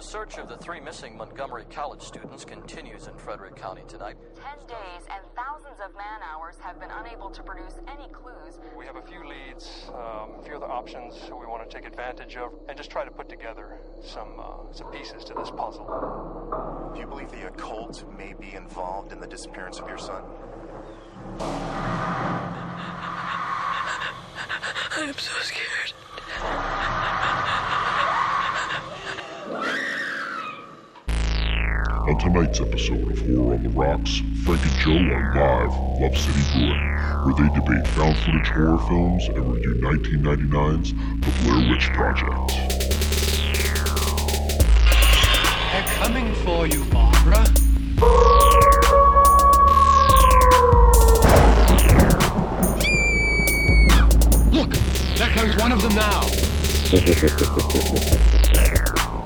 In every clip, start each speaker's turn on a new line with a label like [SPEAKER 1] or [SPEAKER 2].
[SPEAKER 1] Search of the three missing Montgomery College students continues in Frederick County tonight.
[SPEAKER 2] Ten days and thousands of man hours have been unable to produce any clues.
[SPEAKER 3] We have a few leads, um, a few other options we want to take advantage of, and just try to put together some uh, some pieces to this puzzle.
[SPEAKER 4] Do you believe the occult may be involved in the disappearance of your son?
[SPEAKER 5] I'm so scared.
[SPEAKER 6] On tonight's episode of Horror on the Rocks, Frank and Joe are live, Love City Brewing, where they debate found footage horror films and review 1999's The Blair Witch Project.
[SPEAKER 7] They're coming for you, Barbara.
[SPEAKER 8] Look, there comes one of them now.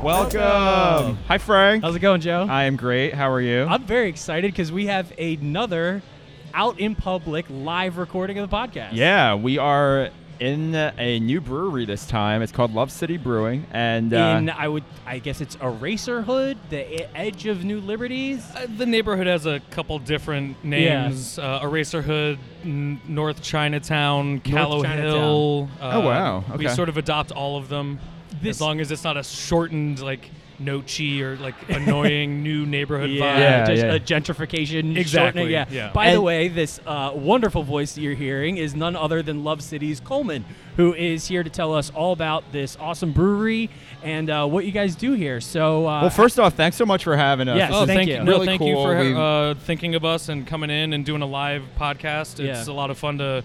[SPEAKER 9] Welcome. Hello. Hi, Frank.
[SPEAKER 10] How's it going, Joe?
[SPEAKER 9] I am great. How are you?
[SPEAKER 10] I'm very excited because we have another out in public live recording of the podcast.
[SPEAKER 9] Yeah, we are in a new brewery this time. It's called Love City Brewing, and
[SPEAKER 10] uh, in I would I guess it's Eraser Hood, the e-, edge of New Liberties.
[SPEAKER 11] Uh, the neighborhood has a couple different names: yeah. uh, Eraser Hood, N- North Chinatown, North Callow Chinatown. Hill. uh,
[SPEAKER 9] oh wow! Okay.
[SPEAKER 11] We sort of adopt all of them, this as long as it's not a shortened like. Nochi or like annoying new neighborhood
[SPEAKER 10] yeah,
[SPEAKER 11] vibe.
[SPEAKER 10] Yeah, just yeah. a gentrification.
[SPEAKER 11] Exactly.
[SPEAKER 10] Yeah. yeah. By and the way, this uh, wonderful voice you're hearing is none other than Love City's Coleman, who is here to tell us all about this awesome brewery and uh, what you guys do here. So, uh,
[SPEAKER 9] well, first off, thanks so much for having us.
[SPEAKER 10] Yes,
[SPEAKER 11] oh,
[SPEAKER 10] thank, thank you.
[SPEAKER 11] No, really thank cool. you for uh, thinking of us and coming in and doing a live podcast. It's a lot of fun to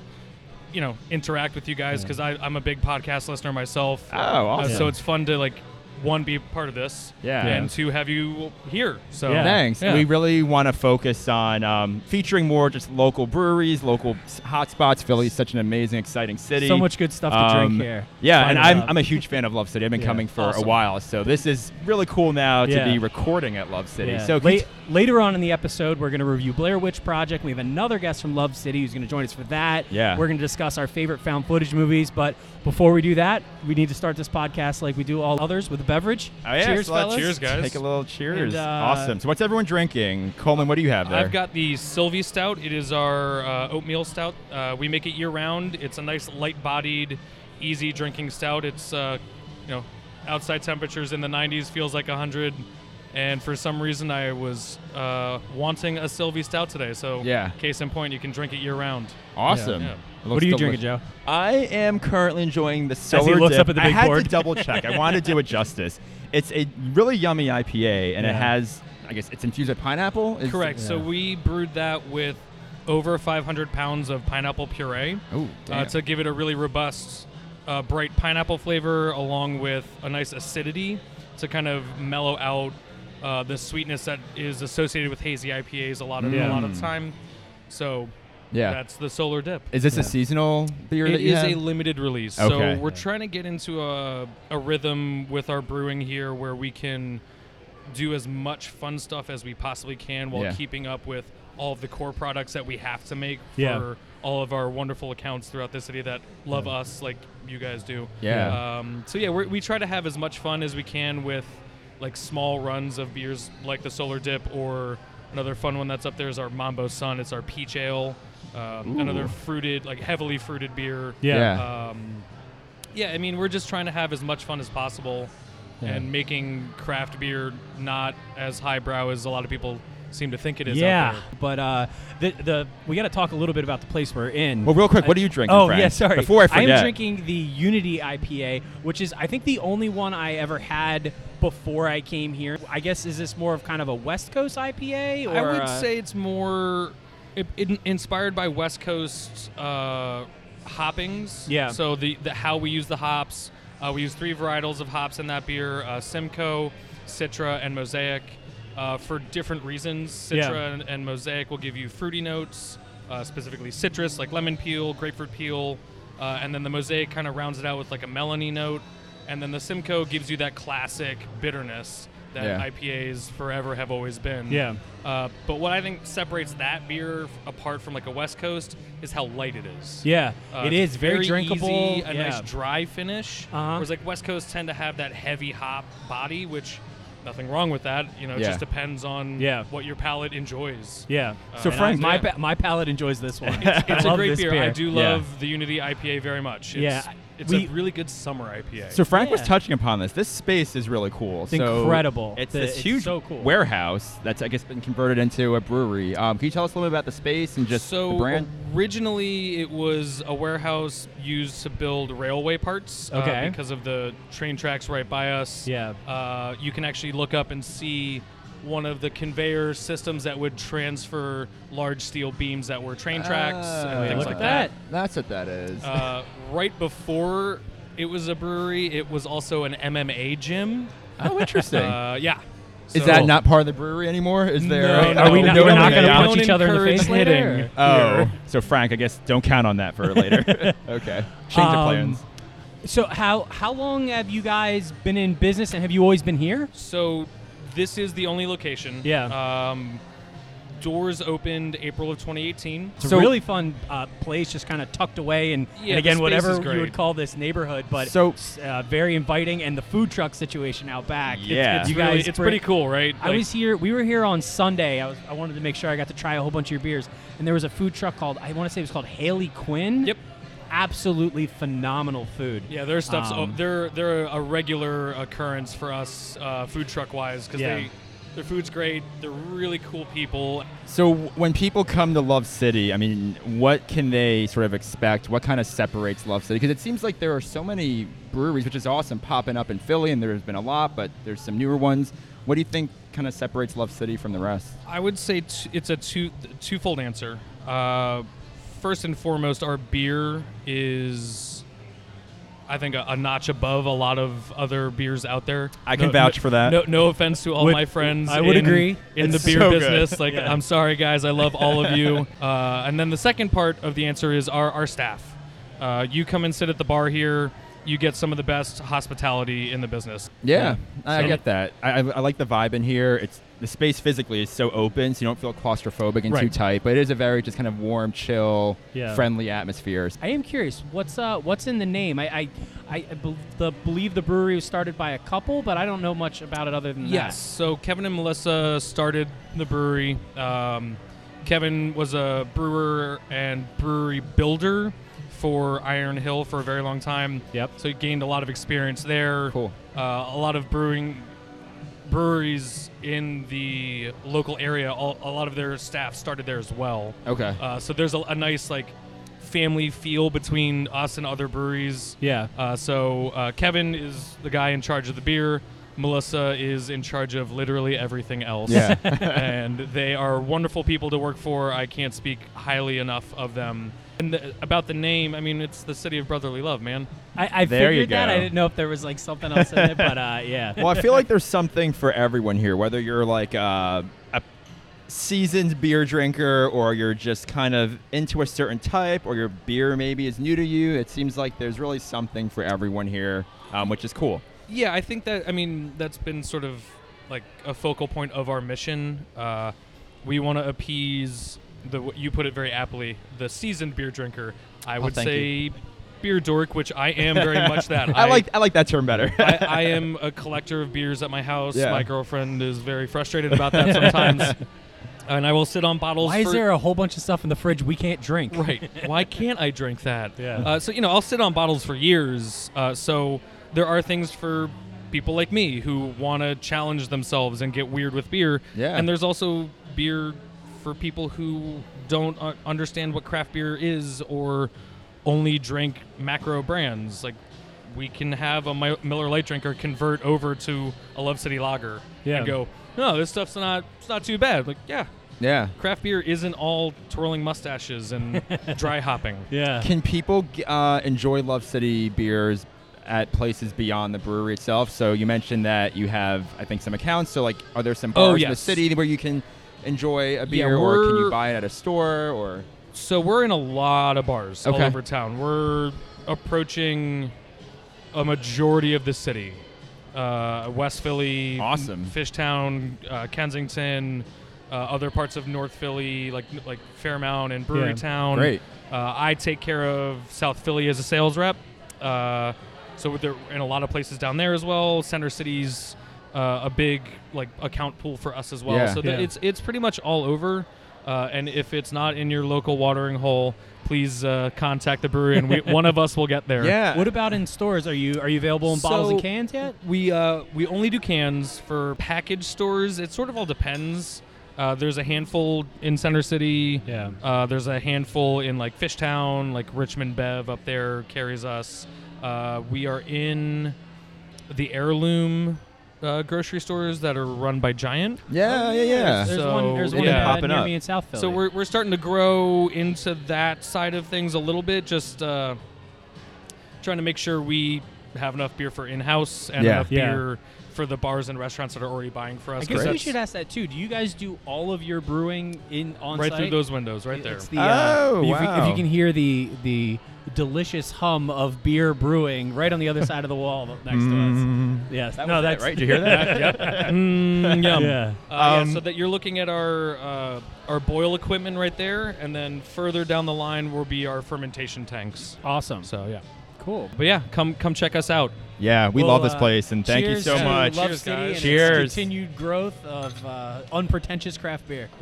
[SPEAKER 11] you know interact with you guys because i'm a big podcast listener myself
[SPEAKER 9] oh awesome.
[SPEAKER 11] so it's fun to like one be part of this
[SPEAKER 9] yeah
[SPEAKER 11] and two have you here so
[SPEAKER 9] yeah. Oh, thanks yeah. we really want to focus on um, featuring more just local breweries local hotspots philly's such an amazing exciting city
[SPEAKER 10] so much good stuff um, to drink here
[SPEAKER 9] yeah Fun and I'm, I'm, a huge fan of love city i've been yeah. coming for awesome. a while so this is really cool now to be recording at love city so
[SPEAKER 10] Late, later on in the episode we're going to review blair witch project we have another guest from love city who's going to join us for that
[SPEAKER 9] yeah
[SPEAKER 10] we're going to discuss our favorite found footage movies but before we do that we need to start this podcast like we do all others with beverage.
[SPEAKER 9] Oh, yeah,
[SPEAKER 10] cheers, fellas.
[SPEAKER 11] Cheers, guys.
[SPEAKER 9] Take a little cheers. And, uh, awesome. So, what's everyone drinking? Coleman, what do you have there?
[SPEAKER 11] I've got the Sylvie Stout. It is our uh, oatmeal stout. Uh, we make it year round. It's a nice, light bodied, easy drinking stout. It's, you know, outside temperatures in the 90s, feels like 100. And for some reason, I was wanting a Sylvie Stout today. So,
[SPEAKER 9] yeah.
[SPEAKER 11] case in point, you can drink it year round.
[SPEAKER 9] Awesome. Yeah. Yeah.
[SPEAKER 10] What are you drinking, Joe?
[SPEAKER 9] I am currently enjoying the solar
[SPEAKER 10] looks
[SPEAKER 9] dip.
[SPEAKER 10] up at the big
[SPEAKER 9] I had
[SPEAKER 10] board.
[SPEAKER 9] to double check. I wanted to do it justice. It's a really yummy IPA, and yeah. it has, I guess, it's infused with pineapple. Is
[SPEAKER 11] Correct. Yeah. So we brewed that with over 500 pounds of pineapple puree
[SPEAKER 9] Ooh,
[SPEAKER 11] uh, to give it a really robust, uh, bright pineapple flavor, along with a nice acidity to kind of mellow out uh, the sweetness that is associated with hazy IPAs a lot of yeah. a lot of time. So
[SPEAKER 9] yeah,
[SPEAKER 11] that's the solar dip.
[SPEAKER 9] Is this
[SPEAKER 11] yeah. a
[SPEAKER 9] seasonal beer?
[SPEAKER 11] It
[SPEAKER 9] that you
[SPEAKER 11] is
[SPEAKER 9] have?
[SPEAKER 11] a limited release.
[SPEAKER 9] Okay.
[SPEAKER 11] So we're trying to get into a, a rhythm with our brewing here where we can do as much fun stuff as we possibly can while yeah. keeping up with all of the core products that we have to make for
[SPEAKER 10] yeah.
[SPEAKER 11] all of our wonderful accounts throughout the city that love us like you guys do.
[SPEAKER 9] Yeah.
[SPEAKER 11] Um, so yeah, we try to have as much fun as we can with like small runs of beers like the solar dip or another fun one that's up there is our mambo sun it's our peach ale uh, another fruited, like heavily fruited beer.
[SPEAKER 9] Yeah.
[SPEAKER 11] Um, yeah, I mean, we're just trying to have as much fun as possible yeah. and making craft beer not as highbrow as a lot of people seem to think it is.
[SPEAKER 10] Yeah, but uh, the the we got to talk a little bit about the place we're in.
[SPEAKER 9] Well, real quick, what are you drinking?
[SPEAKER 10] Oh
[SPEAKER 9] Frank?
[SPEAKER 10] yeah, sorry.
[SPEAKER 9] Before I forget,
[SPEAKER 10] I'm drinking the Unity IPA, which is I think the only one I ever had before I came here. I guess is this more of kind of a West Coast IPA? Or,
[SPEAKER 11] I would
[SPEAKER 10] uh,
[SPEAKER 11] say it's more it, it, inspired by West Coast uh, hoppings.
[SPEAKER 10] Yeah.
[SPEAKER 11] So the, the how we use the hops. Uh, we use three varietals of hops in that beer: uh, Simcoe, Citra, and Mosaic. Uh, for different reasons, Citra yeah. and, and, Mosaic will give you fruity notes, uh, specifically citrus, like lemon peel, grapefruit peel, uh, and then the Mosaic kind of rounds it out with like a melony note, and then the Simcoe gives you that classic bitterness that yeah. IPAs forever have always been.
[SPEAKER 10] Yeah.
[SPEAKER 11] Uh, but what I think separates that beer f- apart from like a West Coast is how light it is.
[SPEAKER 10] Yeah, uh, it is very,
[SPEAKER 11] very
[SPEAKER 10] drinkable.
[SPEAKER 11] Easy, a
[SPEAKER 10] yeah.
[SPEAKER 11] nice dry finish.
[SPEAKER 10] Uh-huh.
[SPEAKER 11] Whereas like West Coast tend to have that heavy hop body, which nothing wrong with that. You know, it
[SPEAKER 10] Yeah.
[SPEAKER 11] just depends on
[SPEAKER 10] Yeah.
[SPEAKER 11] what your palate enjoys.
[SPEAKER 10] Yeah.
[SPEAKER 11] Uh,
[SPEAKER 10] so
[SPEAKER 11] and
[SPEAKER 10] Frank,
[SPEAKER 11] I-
[SPEAKER 10] my
[SPEAKER 11] yeah.
[SPEAKER 10] pa- my palate enjoys this one.
[SPEAKER 11] It's, it's
[SPEAKER 10] I
[SPEAKER 11] a
[SPEAKER 10] love
[SPEAKER 11] great
[SPEAKER 10] this
[SPEAKER 11] beer.
[SPEAKER 10] beer.
[SPEAKER 11] I do
[SPEAKER 9] Yeah.
[SPEAKER 11] love the Unity IPA very much. It's,
[SPEAKER 10] Yeah,
[SPEAKER 11] It's
[SPEAKER 10] we-
[SPEAKER 11] a really good summer IPA.
[SPEAKER 9] So Frank was touching upon this. This space is really cool.
[SPEAKER 10] It's
[SPEAKER 9] So
[SPEAKER 10] incredible.
[SPEAKER 9] It's
[SPEAKER 10] The-
[SPEAKER 9] this
[SPEAKER 10] it's
[SPEAKER 9] huge
[SPEAKER 10] so cool.
[SPEAKER 9] warehouse that's I guess been converted into a brewery. Um, can you tell us a little bit about the space and just
[SPEAKER 11] so
[SPEAKER 9] the brand?
[SPEAKER 11] originally it was a warehouse used to build railway parts uh,
[SPEAKER 10] Okay.
[SPEAKER 11] because of the train tracks right by us
[SPEAKER 10] Yeah.
[SPEAKER 11] uh, you can actually look up and see one of the conveyor systems that would transfer large steel beams that were train tracks
[SPEAKER 9] Oh,
[SPEAKER 11] and things
[SPEAKER 9] look
[SPEAKER 11] like
[SPEAKER 9] at
[SPEAKER 11] that,
[SPEAKER 9] That's what that is.
[SPEAKER 11] Uh, right before it was a brewery it was also an mma gym
[SPEAKER 9] oh interesting.
[SPEAKER 11] uh, yeah
[SPEAKER 9] is
[SPEAKER 11] So-
[SPEAKER 9] that not part of the brewery anymore? Is there?
[SPEAKER 11] No, no. Are we not-
[SPEAKER 9] no
[SPEAKER 11] we're not
[SPEAKER 9] MMA?
[SPEAKER 11] gonna punch Don't each other in the encourage face later. hitting
[SPEAKER 9] Oh,
[SPEAKER 11] here.
[SPEAKER 9] so Frank, I guess don't count on that for later. okay, change of
[SPEAKER 10] Um,
[SPEAKER 9] plans.
[SPEAKER 10] So how how long have you guys been in business, and have you always been here?
[SPEAKER 11] So this is the only location.
[SPEAKER 10] Yeah.
[SPEAKER 11] Um, doors opened April of 2018.
[SPEAKER 10] It's a really fun uh, place, just kind of tucked away, and,
[SPEAKER 11] Yeah,
[SPEAKER 10] and
[SPEAKER 11] the
[SPEAKER 10] again,
[SPEAKER 11] space
[SPEAKER 10] whatever
[SPEAKER 11] is
[SPEAKER 10] you
[SPEAKER 11] great.
[SPEAKER 10] would call this neighborhood, but
[SPEAKER 9] So-
[SPEAKER 10] it's, uh, very inviting, and the food truck situation out back.
[SPEAKER 9] It's- Yeah. it's
[SPEAKER 10] you
[SPEAKER 11] really-
[SPEAKER 10] guys,
[SPEAKER 11] it's
[SPEAKER 10] bring-
[SPEAKER 11] pretty cool, right?
[SPEAKER 10] I
[SPEAKER 11] Like-
[SPEAKER 10] was here. We were here on Sunday. I was. I wanted to make sure I got to try a whole bunch of your beers, and there was a food truck called. I want to say it was called Haley Quinn.
[SPEAKER 11] Yep.
[SPEAKER 10] Absolutely phenomenal food.
[SPEAKER 11] Yeah, their stuff's
[SPEAKER 10] Um,
[SPEAKER 11] oh, they're they're a regular occurrence for us uh, food truck wise because
[SPEAKER 10] Yeah.
[SPEAKER 11] they their food's great. They're really cool people.
[SPEAKER 9] So w- when people come to Love City, I mean, what can they sort of expect? What kind of separates Love City? Because it seems like there are so many breweries, which is awesome, popping up in Philly, and there's been a lot, but there's some newer ones. What do you think kind of separates Love City from the rest?
[SPEAKER 11] I would say t- it's a two twofold answer. Uh, first and foremost, our beer is. I think a, a notch above a lot of other beers out there.
[SPEAKER 9] I can vouch for that.
[SPEAKER 11] No, no offense to all
[SPEAKER 10] Would-
[SPEAKER 11] my friends.
[SPEAKER 10] I would
[SPEAKER 11] in-
[SPEAKER 10] agree.
[SPEAKER 11] in
[SPEAKER 10] It's
[SPEAKER 11] the beer
[SPEAKER 10] so good.
[SPEAKER 11] business. Like,
[SPEAKER 10] Yeah.
[SPEAKER 11] I'm sorry, guys. I love all of you. Uh, and then the second part of the answer is our our staff. Uh, you come and sit at the bar here. You get some of the best hospitality in the business.
[SPEAKER 9] Yeah, I
[SPEAKER 11] So-
[SPEAKER 9] get that. I, I, I like the vibe in here. It's the space physically is so open, so you don't feel claustrophobic and too
[SPEAKER 10] Right.
[SPEAKER 9] tight. But it is a very just kind of warm, chill,
[SPEAKER 10] Yeah.
[SPEAKER 9] friendly atmosphere.
[SPEAKER 10] I am curious. What's uh What's in the name? I I, I bel- the, believe the brewery was started by a couple, but I don't know much about it other than
[SPEAKER 11] Yes. So Kevin and Melissa started the brewery. Um, Kevin was a brewer and brewery builder for Iron Hill for a very long time.
[SPEAKER 10] Yep.
[SPEAKER 11] So he gained a lot of experience there.
[SPEAKER 9] Cool.
[SPEAKER 11] Uh, a lot of brewing breweries in the local area. All, a lot of their staff started there as well.
[SPEAKER 9] Okay.
[SPEAKER 11] Uh, so there's a, a nice like family feel between us and other breweries.
[SPEAKER 10] Yeah.
[SPEAKER 11] Uh, so uh, Kevin is the guy in charge of the beer. Melissa is in charge of literally everything else.
[SPEAKER 9] Yeah.
[SPEAKER 11] and they are wonderful people to work for. I can't speak highly enough of them. And the, about the name, I mean, it's the city of brotherly love, man.
[SPEAKER 10] that. I, I
[SPEAKER 9] There you
[SPEAKER 10] figured that.
[SPEAKER 9] go.
[SPEAKER 10] I didn't know if there was like something else in it, but uh, yeah.
[SPEAKER 9] well, I feel like there's something for everyone here, whether you're like uh, a seasoned beer drinker or you're just kind of into a certain type or your beer maybe is new to you. It seems like there's really something for everyone here, um, which is cool.
[SPEAKER 11] Yeah, I think that I mean that's been sort of like a focal point of our mission. Uh, we want to appease the you put it very aptly the seasoned beer drinker. I would
[SPEAKER 9] Oh, thank
[SPEAKER 11] say beer dork, which I am very much that.
[SPEAKER 9] I, like I like that term better.
[SPEAKER 11] I, I am a collector of beers at my house.
[SPEAKER 9] Yeah.
[SPEAKER 11] My girlfriend is very frustrated about that sometimes, and I will sit on bottles.
[SPEAKER 10] Why is
[SPEAKER 11] for-
[SPEAKER 10] there a whole bunch of stuff in the fridge we can't drink?
[SPEAKER 11] Right. Why can't I drink that?
[SPEAKER 10] Yeah.
[SPEAKER 11] Uh, so you know, I'll sit on bottles for years. Uh, so there are things for people like me who want to challenge themselves and get weird with beer.
[SPEAKER 9] Yeah.
[SPEAKER 11] And there's also beer for people who don't uh, understand what craft beer is or only drink macro brands. Like we can have a Mi- Miller Light drinker convert over to a Love City Lager
[SPEAKER 10] Yeah.
[SPEAKER 11] and go, no, this stuff's not it's not too bad. Like yeah.
[SPEAKER 9] yeah.
[SPEAKER 11] Craft beer isn't all twirling mustaches and dry hopping.
[SPEAKER 10] Yeah.
[SPEAKER 9] Can people g- uh, enjoy Love City beers at places beyond the brewery itself? So you mentioned that you have, I think, some accounts. So like, are there some
[SPEAKER 11] Oh,
[SPEAKER 9] bars in the
[SPEAKER 11] yes.
[SPEAKER 9] city where you can enjoy a beer, or can you
[SPEAKER 11] we're-
[SPEAKER 9] buy it at a store? Or
[SPEAKER 11] So we're in a lot of bars all
[SPEAKER 9] Okay.
[SPEAKER 11] over town. We're approaching a majority of the city. Uh, West Philly,
[SPEAKER 9] Awesome.
[SPEAKER 11] Fishtown, uh, Kensington, uh, other parts of North Philly, like like Fairmount and Brewerytown.
[SPEAKER 9] Great.
[SPEAKER 11] Uh, I take care of South Philly as a sales rep. Uh, so they're in a lot of places down there as well. Center Cities, uh, a big like account pool for us as well.
[SPEAKER 9] Yeah.
[SPEAKER 11] So that
[SPEAKER 9] Yeah.
[SPEAKER 11] it's it's pretty much all over. Uh, and if it's not in your local watering hole, please uh, contact the brewery, and we, one of us will get there.
[SPEAKER 10] What about in stores? Are you are you available in bottles and
[SPEAKER 11] So,
[SPEAKER 10] cans yet?
[SPEAKER 11] We uh, we only do cans for package stores. It sort of all depends. Uh, there's a handful in Center City.
[SPEAKER 10] Yeah.
[SPEAKER 11] Uh, there's a handful in like Fishtown, like Richmond Bev up there carries us. Uh, we are in the heirloom uh, grocery stores that are run by Giant.
[SPEAKER 9] Yeah, yeah, yeah.
[SPEAKER 10] There's
[SPEAKER 11] So,
[SPEAKER 10] one. There's one
[SPEAKER 11] yeah.
[SPEAKER 10] uh, near me in South Philly.
[SPEAKER 11] So we're, we're starting to grow into that side of things a little bit, just uh, trying to make sure we have enough beer for in house and
[SPEAKER 9] Yeah.
[SPEAKER 11] enough
[SPEAKER 10] Yeah.
[SPEAKER 11] beer for the bars and restaurants that are already buying for us.
[SPEAKER 10] I
[SPEAKER 11] 'cause
[SPEAKER 10] guess we
[SPEAKER 11] that's
[SPEAKER 10] should ask that too. Do you guys do all of your brewing in on
[SPEAKER 11] Right through
[SPEAKER 10] site?
[SPEAKER 11] those windows, right there.
[SPEAKER 10] It's the, uh,
[SPEAKER 9] Oh,
[SPEAKER 10] if you- If
[SPEAKER 9] wow.
[SPEAKER 10] you can hear the the delicious hum of beer brewing right on the other side of the wall next to us. Yes.
[SPEAKER 9] That
[SPEAKER 10] no,
[SPEAKER 9] was it,
[SPEAKER 10] that's
[SPEAKER 9] right? Did you hear that?
[SPEAKER 11] Mm, yum.
[SPEAKER 10] Yeah.
[SPEAKER 11] Uh,
[SPEAKER 9] Um,
[SPEAKER 11] yeah. So that you're looking at our uh, our boil equipment right there, and then further down the line will be our fermentation tanks.
[SPEAKER 10] awesome.
[SPEAKER 11] So yeah.
[SPEAKER 10] Cool.
[SPEAKER 11] But yeah, come come check us out.
[SPEAKER 9] Yeah, we
[SPEAKER 10] Well,
[SPEAKER 9] love this
[SPEAKER 10] uh,
[SPEAKER 9] place, and thank you
[SPEAKER 10] cheers
[SPEAKER 9] so
[SPEAKER 10] to
[SPEAKER 9] much.
[SPEAKER 10] Love
[SPEAKER 11] Cheers,
[SPEAKER 10] City
[SPEAKER 11] guys.
[SPEAKER 10] and its
[SPEAKER 9] Cheers.
[SPEAKER 10] continued growth of uh, unpretentious craft beer.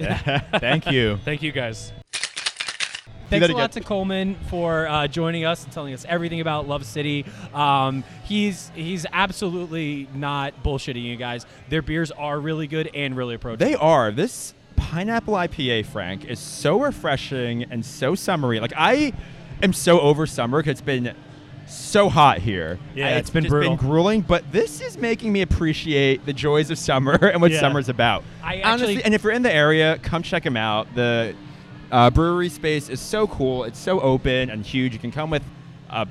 [SPEAKER 9] thank you.
[SPEAKER 11] Thank you guys.
[SPEAKER 10] Thanks a
[SPEAKER 9] again.
[SPEAKER 10] lot to Coleman for uh, joining us and telling us everything about Love City. Um, he's he's absolutely not bullshitting you guys. Their beers are really good and really approachable.
[SPEAKER 9] They are. This pineapple IPA, Frank, is so refreshing and so summery. Like I am so over summer because it's been so hot here.
[SPEAKER 10] Yeah,
[SPEAKER 9] I-
[SPEAKER 10] it's been
[SPEAKER 9] just
[SPEAKER 10] brutal.
[SPEAKER 9] grueling. But this is making me appreciate the joys of summer and what
[SPEAKER 10] Yeah.
[SPEAKER 9] summer's about.
[SPEAKER 10] I
[SPEAKER 9] Honestly,
[SPEAKER 10] actually-
[SPEAKER 9] and if you're in the area, come check them out. The uh, brewery space is so cool. It's so open and huge. You can come with a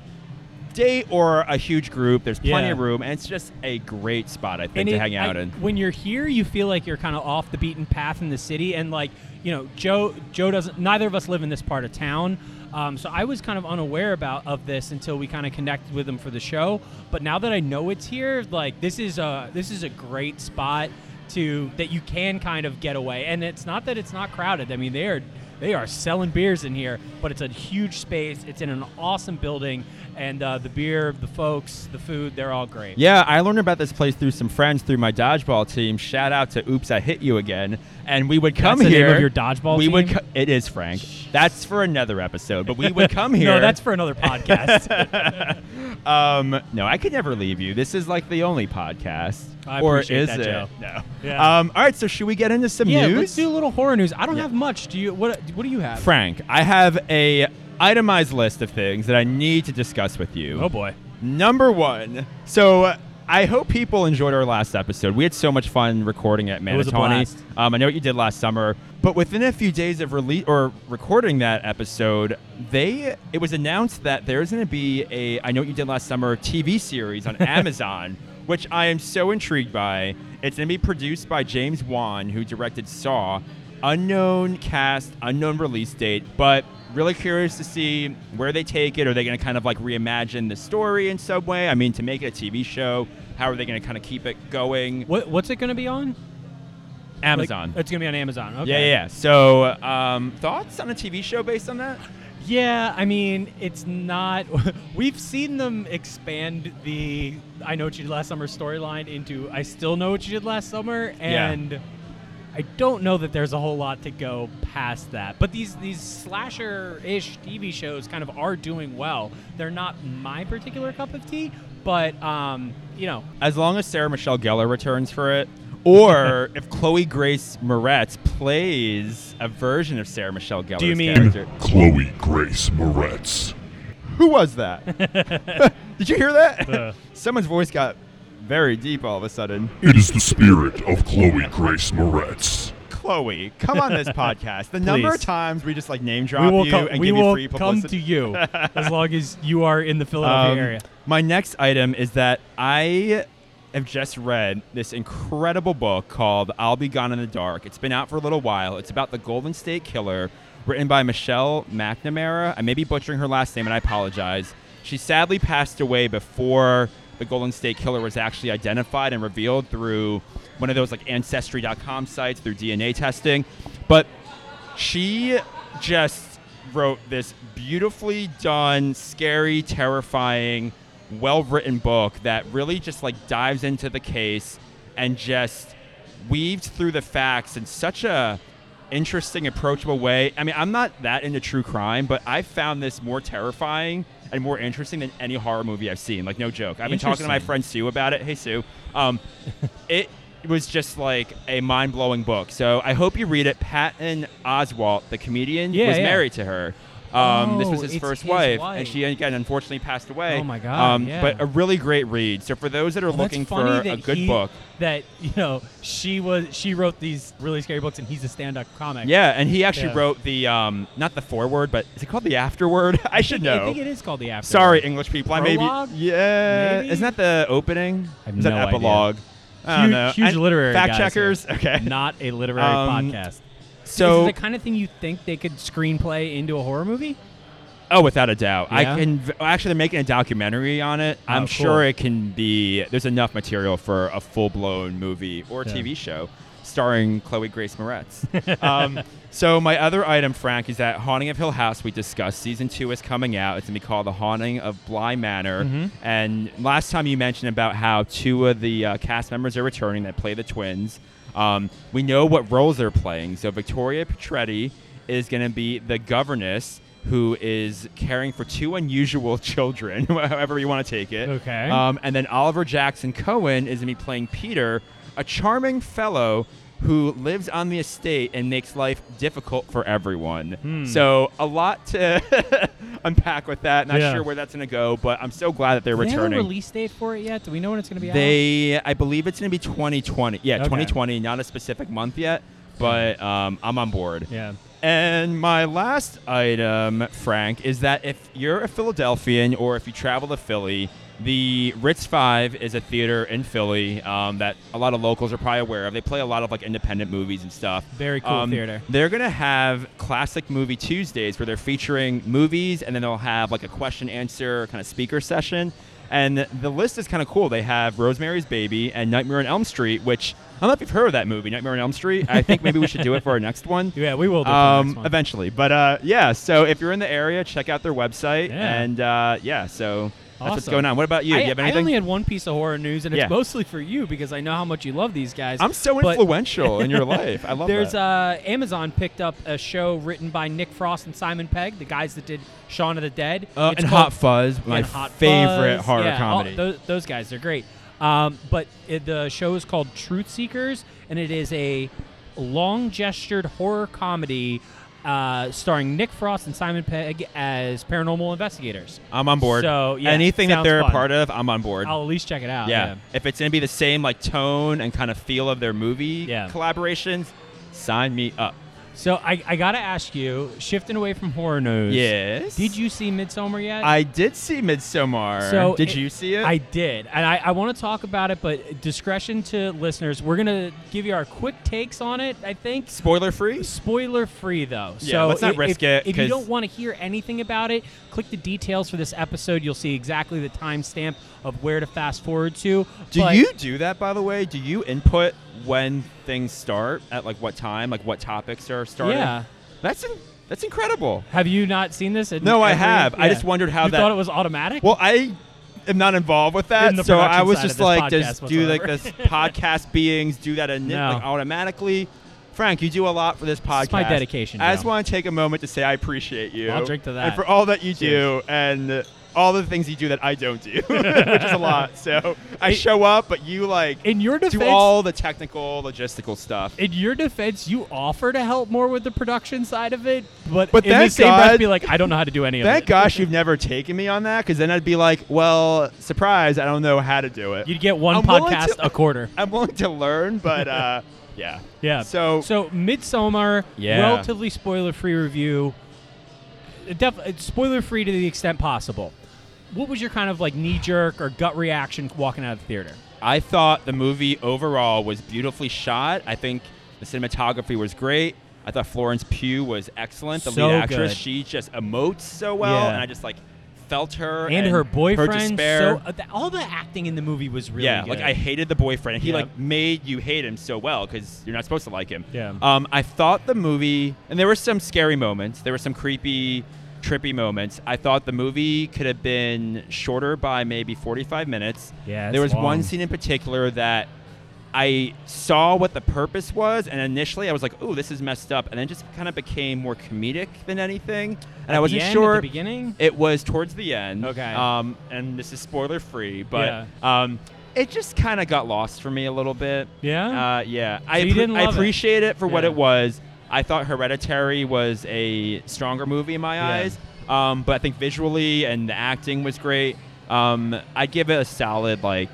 [SPEAKER 9] date or a huge group. There's plenty
[SPEAKER 10] Yeah.
[SPEAKER 9] of room, and it's just a great spot I think
[SPEAKER 10] And
[SPEAKER 9] to
[SPEAKER 10] it-
[SPEAKER 9] hang out
[SPEAKER 10] I-
[SPEAKER 9] in.
[SPEAKER 10] When you're here, you feel like you're kind of off the beaten path in the city, and like you know, Joe Joe doesn't. Neither of us live in this part of town, um, so I was kind of unaware about of this until we kind of connected with him for the show. But now that I know it's here, like this is a this is a great spot to that you can kind of get away, and it's not that it's not crowded. I mean, they are. They are selling beers in here, but it's a huge space. It's in an awesome building, and uh, the beer, the folks, the food, they're all great.
[SPEAKER 9] Yeah, I learned about this place through some friends through my dodgeball team. Shout out to Oops, I Hit You Again. And we would come
[SPEAKER 10] That's the name
[SPEAKER 9] here.
[SPEAKER 10] of your dodgeball
[SPEAKER 9] we Would
[SPEAKER 10] team?
[SPEAKER 9] co- it is, Frank. That's for another episode. But we would come here.
[SPEAKER 10] No, that's for another podcast.
[SPEAKER 9] Um, no, I could never leave you. This is like the only podcast.
[SPEAKER 10] I
[SPEAKER 9] or
[SPEAKER 10] appreciate
[SPEAKER 9] is
[SPEAKER 10] that,
[SPEAKER 9] it?
[SPEAKER 10] Joe.
[SPEAKER 9] No.
[SPEAKER 10] Yeah.
[SPEAKER 9] Um, all right, so should we get into some
[SPEAKER 10] yeah,
[SPEAKER 9] news?
[SPEAKER 10] let's do a little horror news. I don't have much. Do you? What? What do you have?
[SPEAKER 9] Frank, I have a itemized list of things that I need to discuss with you.
[SPEAKER 10] Oh boy.
[SPEAKER 9] Number one. So uh, I hope people enjoyed our last episode. We had so much fun recording at
[SPEAKER 10] was
[SPEAKER 9] Manitoni.
[SPEAKER 10] a blast.
[SPEAKER 9] Um, I know what you did last summer, but within a few days of release or recording that episode, they it was announced that there's going to be a I know what you did last summer TV series on Amazon, which I am so intrigued by. It's going to be produced by James Wan, who directed Saw. Unknown cast, unknown release date, but really curious to see where they take it. Are they going to kind of like reimagine the story in some way? I mean, to make it a TV show, how are they going to kind of keep it going?
[SPEAKER 10] What? What's it going to be on? Like,
[SPEAKER 9] Amazon.
[SPEAKER 10] it's going to be on Amazon. Okay.
[SPEAKER 9] Yeah, yeah. So, um, thoughts on a TV show based on that?
[SPEAKER 10] Yeah, I mean, it's not. We've seen them expand the "I know what you did last summer" storyline into "I still know what you did last summer,"
[SPEAKER 9] Yeah.
[SPEAKER 10] and I don't know that there's a whole lot to go past that. But these these slasher-ish TV shows kind of are doing well. They're not my particular cup of tea, but um, you know,
[SPEAKER 9] As long as Sarah Michelle Gellar returns for it, or if Chloe Grace Moretz plays a version of Sarah Michelle Gellar's
[SPEAKER 10] you mean-
[SPEAKER 9] character.
[SPEAKER 6] Chloe Grace Moretz.
[SPEAKER 9] Who was that? Did you hear that? Someone's voice got very deep all of a sudden.
[SPEAKER 6] It is the spirit of Chloe Grace Moretz.
[SPEAKER 9] Chloe, come on this podcast. The number of
[SPEAKER 10] Please.
[SPEAKER 9] times we just like name
[SPEAKER 10] we
[SPEAKER 9] drop
[SPEAKER 10] will
[SPEAKER 9] you
[SPEAKER 10] come,
[SPEAKER 9] and
[SPEAKER 10] we
[SPEAKER 9] give
[SPEAKER 10] will
[SPEAKER 9] you free
[SPEAKER 10] come
[SPEAKER 9] publicity.
[SPEAKER 10] to you as long as you are in the Philadelphia
[SPEAKER 9] Um,
[SPEAKER 10] area.
[SPEAKER 9] My next item is that I have just read this incredible book called I'll Be Gone in the Dark. It's been out for a little while. It's about the Golden State Killer, written by Michelle McNamara. I may be butchering her last name, and I apologize. She sadly passed away before the Golden State Killer was actually identified and revealed through one of those like ancestry.com sites through DNA testing. But she just wrote this beautifully done, scary, terrifying, well written book that really just like dives into the case and just weaved through the facts in such a interesting, approachable way. I mean, I'm not that into true crime, but I found this more terrifying and more interesting than any horror movie I've seen. Like, no joke. I've been talking to my
[SPEAKER 4] Interesting.
[SPEAKER 9] friend Sue about it. Hey, Sue. Um, it was just like a mind blowing book. So I hope you read it. Patton Oswalt, the comedian,
[SPEAKER 4] Yeah,
[SPEAKER 9] was
[SPEAKER 4] yeah.
[SPEAKER 9] married to her. Um, this was
[SPEAKER 4] Oh,
[SPEAKER 9] his
[SPEAKER 4] it's
[SPEAKER 9] first
[SPEAKER 4] his
[SPEAKER 9] wife,
[SPEAKER 4] wife.
[SPEAKER 9] and she again unfortunately passed away.
[SPEAKER 10] Oh my God,
[SPEAKER 9] Um,
[SPEAKER 10] yeah.
[SPEAKER 9] But a really great read. So for those that are
[SPEAKER 10] Well, that's
[SPEAKER 9] looking for
[SPEAKER 10] funny
[SPEAKER 9] a
[SPEAKER 10] that
[SPEAKER 9] good
[SPEAKER 10] he-
[SPEAKER 9] book,
[SPEAKER 10] That you know she was she wrote these really scary books and he's a stand-up comic.
[SPEAKER 9] Yeah, and he actually
[SPEAKER 10] Yeah.
[SPEAKER 9] wrote the um, not the foreword, but is it called the afterword? I should
[SPEAKER 10] I
[SPEAKER 9] know.
[SPEAKER 10] think it is called the afterword.
[SPEAKER 9] Sorry, English people. I maybe
[SPEAKER 10] Prologue?
[SPEAKER 9] yeah.
[SPEAKER 10] Maybe?
[SPEAKER 9] Isn't that the opening?
[SPEAKER 10] I have
[SPEAKER 9] Is that
[SPEAKER 10] no idea.
[SPEAKER 9] epilogue? I don't
[SPEAKER 10] Huge-
[SPEAKER 9] know.
[SPEAKER 10] huge
[SPEAKER 9] And
[SPEAKER 10] literary
[SPEAKER 9] fact
[SPEAKER 10] guys
[SPEAKER 9] checkers.
[SPEAKER 10] here.
[SPEAKER 9] Okay,
[SPEAKER 10] Not a literary
[SPEAKER 9] Um,
[SPEAKER 10] podcast.
[SPEAKER 9] So
[SPEAKER 10] is it the kind of thing you think they could screenplay into a horror movie?
[SPEAKER 9] Oh, without a doubt. I
[SPEAKER 10] Yeah?
[SPEAKER 9] can v- actually they're making a documentary on it.
[SPEAKER 10] Oh,
[SPEAKER 9] I'm
[SPEAKER 10] cool.
[SPEAKER 9] sure it can be. There's enough material for a full blown movie or
[SPEAKER 4] Yeah.
[SPEAKER 9] TV show starring Chloe Grace Moretz. um, so my other item, Frank, is that Haunting of Hill House we discussed. Season two is coming out. It's gonna be called The Haunting of Bly Manor.
[SPEAKER 4] Mhm.
[SPEAKER 9] And last time you mentioned about how two of the uh, cast members are returning that play the twins. Um, we know what roles they're playing. So Victoria Petretti is going to be the governess who is caring for two unusual children, however you want to take it.
[SPEAKER 10] Okay.
[SPEAKER 9] Um, and then Oliver Jackson Cohen is going to be playing Peter, a charming fellow who lives on the estate and makes life difficult for everyone.
[SPEAKER 4] Hmm.
[SPEAKER 9] So a lot to unpack with that. Not
[SPEAKER 4] Yeah.
[SPEAKER 9] sure where that's going to go, but I'm so glad that they're
[SPEAKER 10] Do they have a
[SPEAKER 9] returning.
[SPEAKER 10] release date for it yet? Do we know when it's going to be out?
[SPEAKER 9] They, I believe it's going to be 2020. Yeah,
[SPEAKER 10] Okay.
[SPEAKER 9] 2020. Not a specific month yet, but um, I'm on board.
[SPEAKER 10] Yeah.
[SPEAKER 9] And my last item, Frank, is that if you're a Philadelphian or if you travel to Philly, the Ritz Five is a theater in Philly um, that a lot of locals are probably aware of. They play a lot of like independent movies and stuff.
[SPEAKER 10] Very cool theater.
[SPEAKER 9] Um, They're gonna have classic movie Tuesdays where they're featuring movies, and then they'll have like a question answer kind of speaker session. And the list is kind of cool. They have Rosemary's Baby and Nightmare on Elm Street, which I don't know if you've heard of that movie, Nightmare on Elm Street. I think maybe we should do it for our next one.
[SPEAKER 10] Yeah, we will do it for our
[SPEAKER 9] um,
[SPEAKER 10] next one.
[SPEAKER 9] eventually. But uh, yeah, so if you're in the area, check out their website.
[SPEAKER 10] Yeah.
[SPEAKER 9] And uh, yeah, so that's what's
[SPEAKER 10] Awesome.
[SPEAKER 9] going on. What about you?
[SPEAKER 10] I,
[SPEAKER 9] do you have
[SPEAKER 10] I
[SPEAKER 9] anything?
[SPEAKER 10] only had one piece of horror news, and
[SPEAKER 9] Yeah.
[SPEAKER 10] it's mostly for you because I know how much you love these guys.
[SPEAKER 9] I'm so
[SPEAKER 10] but-
[SPEAKER 9] influential in your life. I love
[SPEAKER 10] There's
[SPEAKER 9] that.
[SPEAKER 10] uh, Amazon picked up a show written by Nick Frost and Simon Pegg, the guys that did Shaun of the Dead.
[SPEAKER 9] Uh,
[SPEAKER 10] It's
[SPEAKER 9] and
[SPEAKER 10] called-
[SPEAKER 9] Hot Fuzz, my
[SPEAKER 10] and Hot
[SPEAKER 9] favorite
[SPEAKER 10] Fuzz.
[SPEAKER 9] horror
[SPEAKER 10] Yeah, all-
[SPEAKER 9] comedy.
[SPEAKER 10] tho- those guys, they're great. Um, but it, the show is called Truth Seekers, and it is a long gestured horror comedy uh, starring Nick Frost and Simon Pegg as paranormal investigators.
[SPEAKER 9] I'm on board.
[SPEAKER 10] So yeah,
[SPEAKER 9] anything that
[SPEAKER 10] sounds
[SPEAKER 9] they're
[SPEAKER 10] fun.
[SPEAKER 9] a part of, I'm on board.
[SPEAKER 10] I'll at least check it out.
[SPEAKER 9] yeah.
[SPEAKER 10] yeah.
[SPEAKER 9] if it's gonna be the same like tone and kind of feel of their movie collaborations, sign me up.
[SPEAKER 10] So I, I gotta ask you, shifting away from horror news.
[SPEAKER 9] Yes.
[SPEAKER 10] Did you see Midsummer yet?
[SPEAKER 9] I did see Midsommar.
[SPEAKER 10] So
[SPEAKER 9] did you see it?
[SPEAKER 10] I did, and I, I want to talk about it, but discretion to listeners. We're gonna give you our quick takes on it. I think
[SPEAKER 9] spoiler free.
[SPEAKER 10] Spoiler free though.
[SPEAKER 9] Yeah,
[SPEAKER 10] so
[SPEAKER 9] let's not
[SPEAKER 10] if,
[SPEAKER 9] risk
[SPEAKER 10] if-
[SPEAKER 9] it,
[SPEAKER 10] If you
[SPEAKER 9] 'cause-
[SPEAKER 10] don't want to hear anything about it, click the details for this episode. You'll see exactly the timestamp of where to fast forward to.
[SPEAKER 9] Do
[SPEAKER 10] But-
[SPEAKER 9] you do that by the way? Do you input when things start at like what time, like what topics are starting?
[SPEAKER 10] Yeah.
[SPEAKER 9] That's in, that's incredible.
[SPEAKER 10] Have you not seen this? in
[SPEAKER 9] No, I
[SPEAKER 10] every-
[SPEAKER 9] have. I
[SPEAKER 10] yeah.
[SPEAKER 9] just wondered how
[SPEAKER 10] You
[SPEAKER 9] that
[SPEAKER 10] thought it was automatic.
[SPEAKER 9] Well, I am not involved with that,
[SPEAKER 10] In the
[SPEAKER 9] so
[SPEAKER 10] production
[SPEAKER 9] I was
[SPEAKER 10] side of
[SPEAKER 9] just
[SPEAKER 10] this
[SPEAKER 9] like,
[SPEAKER 10] podcast
[SPEAKER 9] just do like this
[SPEAKER 10] whatsoever.
[SPEAKER 9] podcast beings do that in,
[SPEAKER 10] No.
[SPEAKER 9] like, automatically. Frank, you do a lot for this podcast.
[SPEAKER 10] my dedication,
[SPEAKER 9] I just
[SPEAKER 10] Joe.
[SPEAKER 9] want to take a moment to say I appreciate you.
[SPEAKER 10] I'll drink to that.
[SPEAKER 9] And for all that you
[SPEAKER 10] Cheers.
[SPEAKER 9] do and all the things you do that I don't do, which is a lot. So I show up, but you like
[SPEAKER 10] in your
[SPEAKER 9] do
[SPEAKER 10] defense-
[SPEAKER 9] all the technical, logistical stuff.
[SPEAKER 10] in your defense, you offer to help more with the production side of it, but,
[SPEAKER 9] But
[SPEAKER 10] in the
[SPEAKER 9] thank
[SPEAKER 10] same breath,
[SPEAKER 9] God-
[SPEAKER 10] be like, I don't know how to do any of it.
[SPEAKER 9] Thank gosh you've never taken me on that, because then I'd be like, well, surprise, I don't know how to do it.
[SPEAKER 10] You'd get one
[SPEAKER 9] I'm willing
[SPEAKER 10] podcast
[SPEAKER 9] to-
[SPEAKER 10] a quarter.
[SPEAKER 9] I'm willing to learn, but uh, yeah.
[SPEAKER 10] Yeah.
[SPEAKER 9] So
[SPEAKER 10] so Midsummer,
[SPEAKER 9] Yeah.
[SPEAKER 10] relatively spoiler free review. Def- spoiler free to the extent possible. What was your kind of like knee jerk or gut reaction walking out of the theater?
[SPEAKER 9] I thought the movie overall was beautifully shot. I think the cinematography was great. I thought Florence Pugh was excellent. The
[SPEAKER 10] So
[SPEAKER 9] lead actress,
[SPEAKER 10] good.
[SPEAKER 9] she just emotes so well,
[SPEAKER 10] Yeah.
[SPEAKER 9] and I just like felt her
[SPEAKER 10] And, her boyfriend.
[SPEAKER 9] despair.
[SPEAKER 10] So, uh, th- all the acting in the movie was really
[SPEAKER 9] yeah,
[SPEAKER 10] good.
[SPEAKER 9] like I hated the boyfriend. He
[SPEAKER 10] Yeah.
[SPEAKER 9] like made you hate him so well because you're not supposed to like him.
[SPEAKER 10] Yeah.
[SPEAKER 9] Um, I thought the movie, and there were some scary moments. There were some creepy, trippy moments. I thought the movie could have been shorter by maybe 45 minutes.
[SPEAKER 4] Yeah, it's
[SPEAKER 9] There was
[SPEAKER 4] long.
[SPEAKER 9] one scene in particular that I saw what the purpose was, and initially I was like, "Ooh, this is messed up," and then it just kind of became more comedic than anything. And
[SPEAKER 10] At
[SPEAKER 9] I
[SPEAKER 10] the
[SPEAKER 9] wasn't
[SPEAKER 10] end, at
[SPEAKER 9] sure.
[SPEAKER 10] the beginning?
[SPEAKER 9] It was towards the end.
[SPEAKER 10] Mm. Okay.
[SPEAKER 9] Um, and this is spoiler free, but um, it just kind of got lost for me a little bit.
[SPEAKER 10] Yeah?
[SPEAKER 9] Uh, yeah.
[SPEAKER 10] So
[SPEAKER 9] I
[SPEAKER 10] you
[SPEAKER 9] appre-
[SPEAKER 10] didn't
[SPEAKER 9] I
[SPEAKER 10] love it.
[SPEAKER 9] appreciate it, for what
[SPEAKER 10] Yeah.
[SPEAKER 9] it was. I thought Hereditary was a stronger movie in my
[SPEAKER 10] Yeah.
[SPEAKER 9] eyes, um, but I think visually and the acting was great. Um, I'd give it a solid like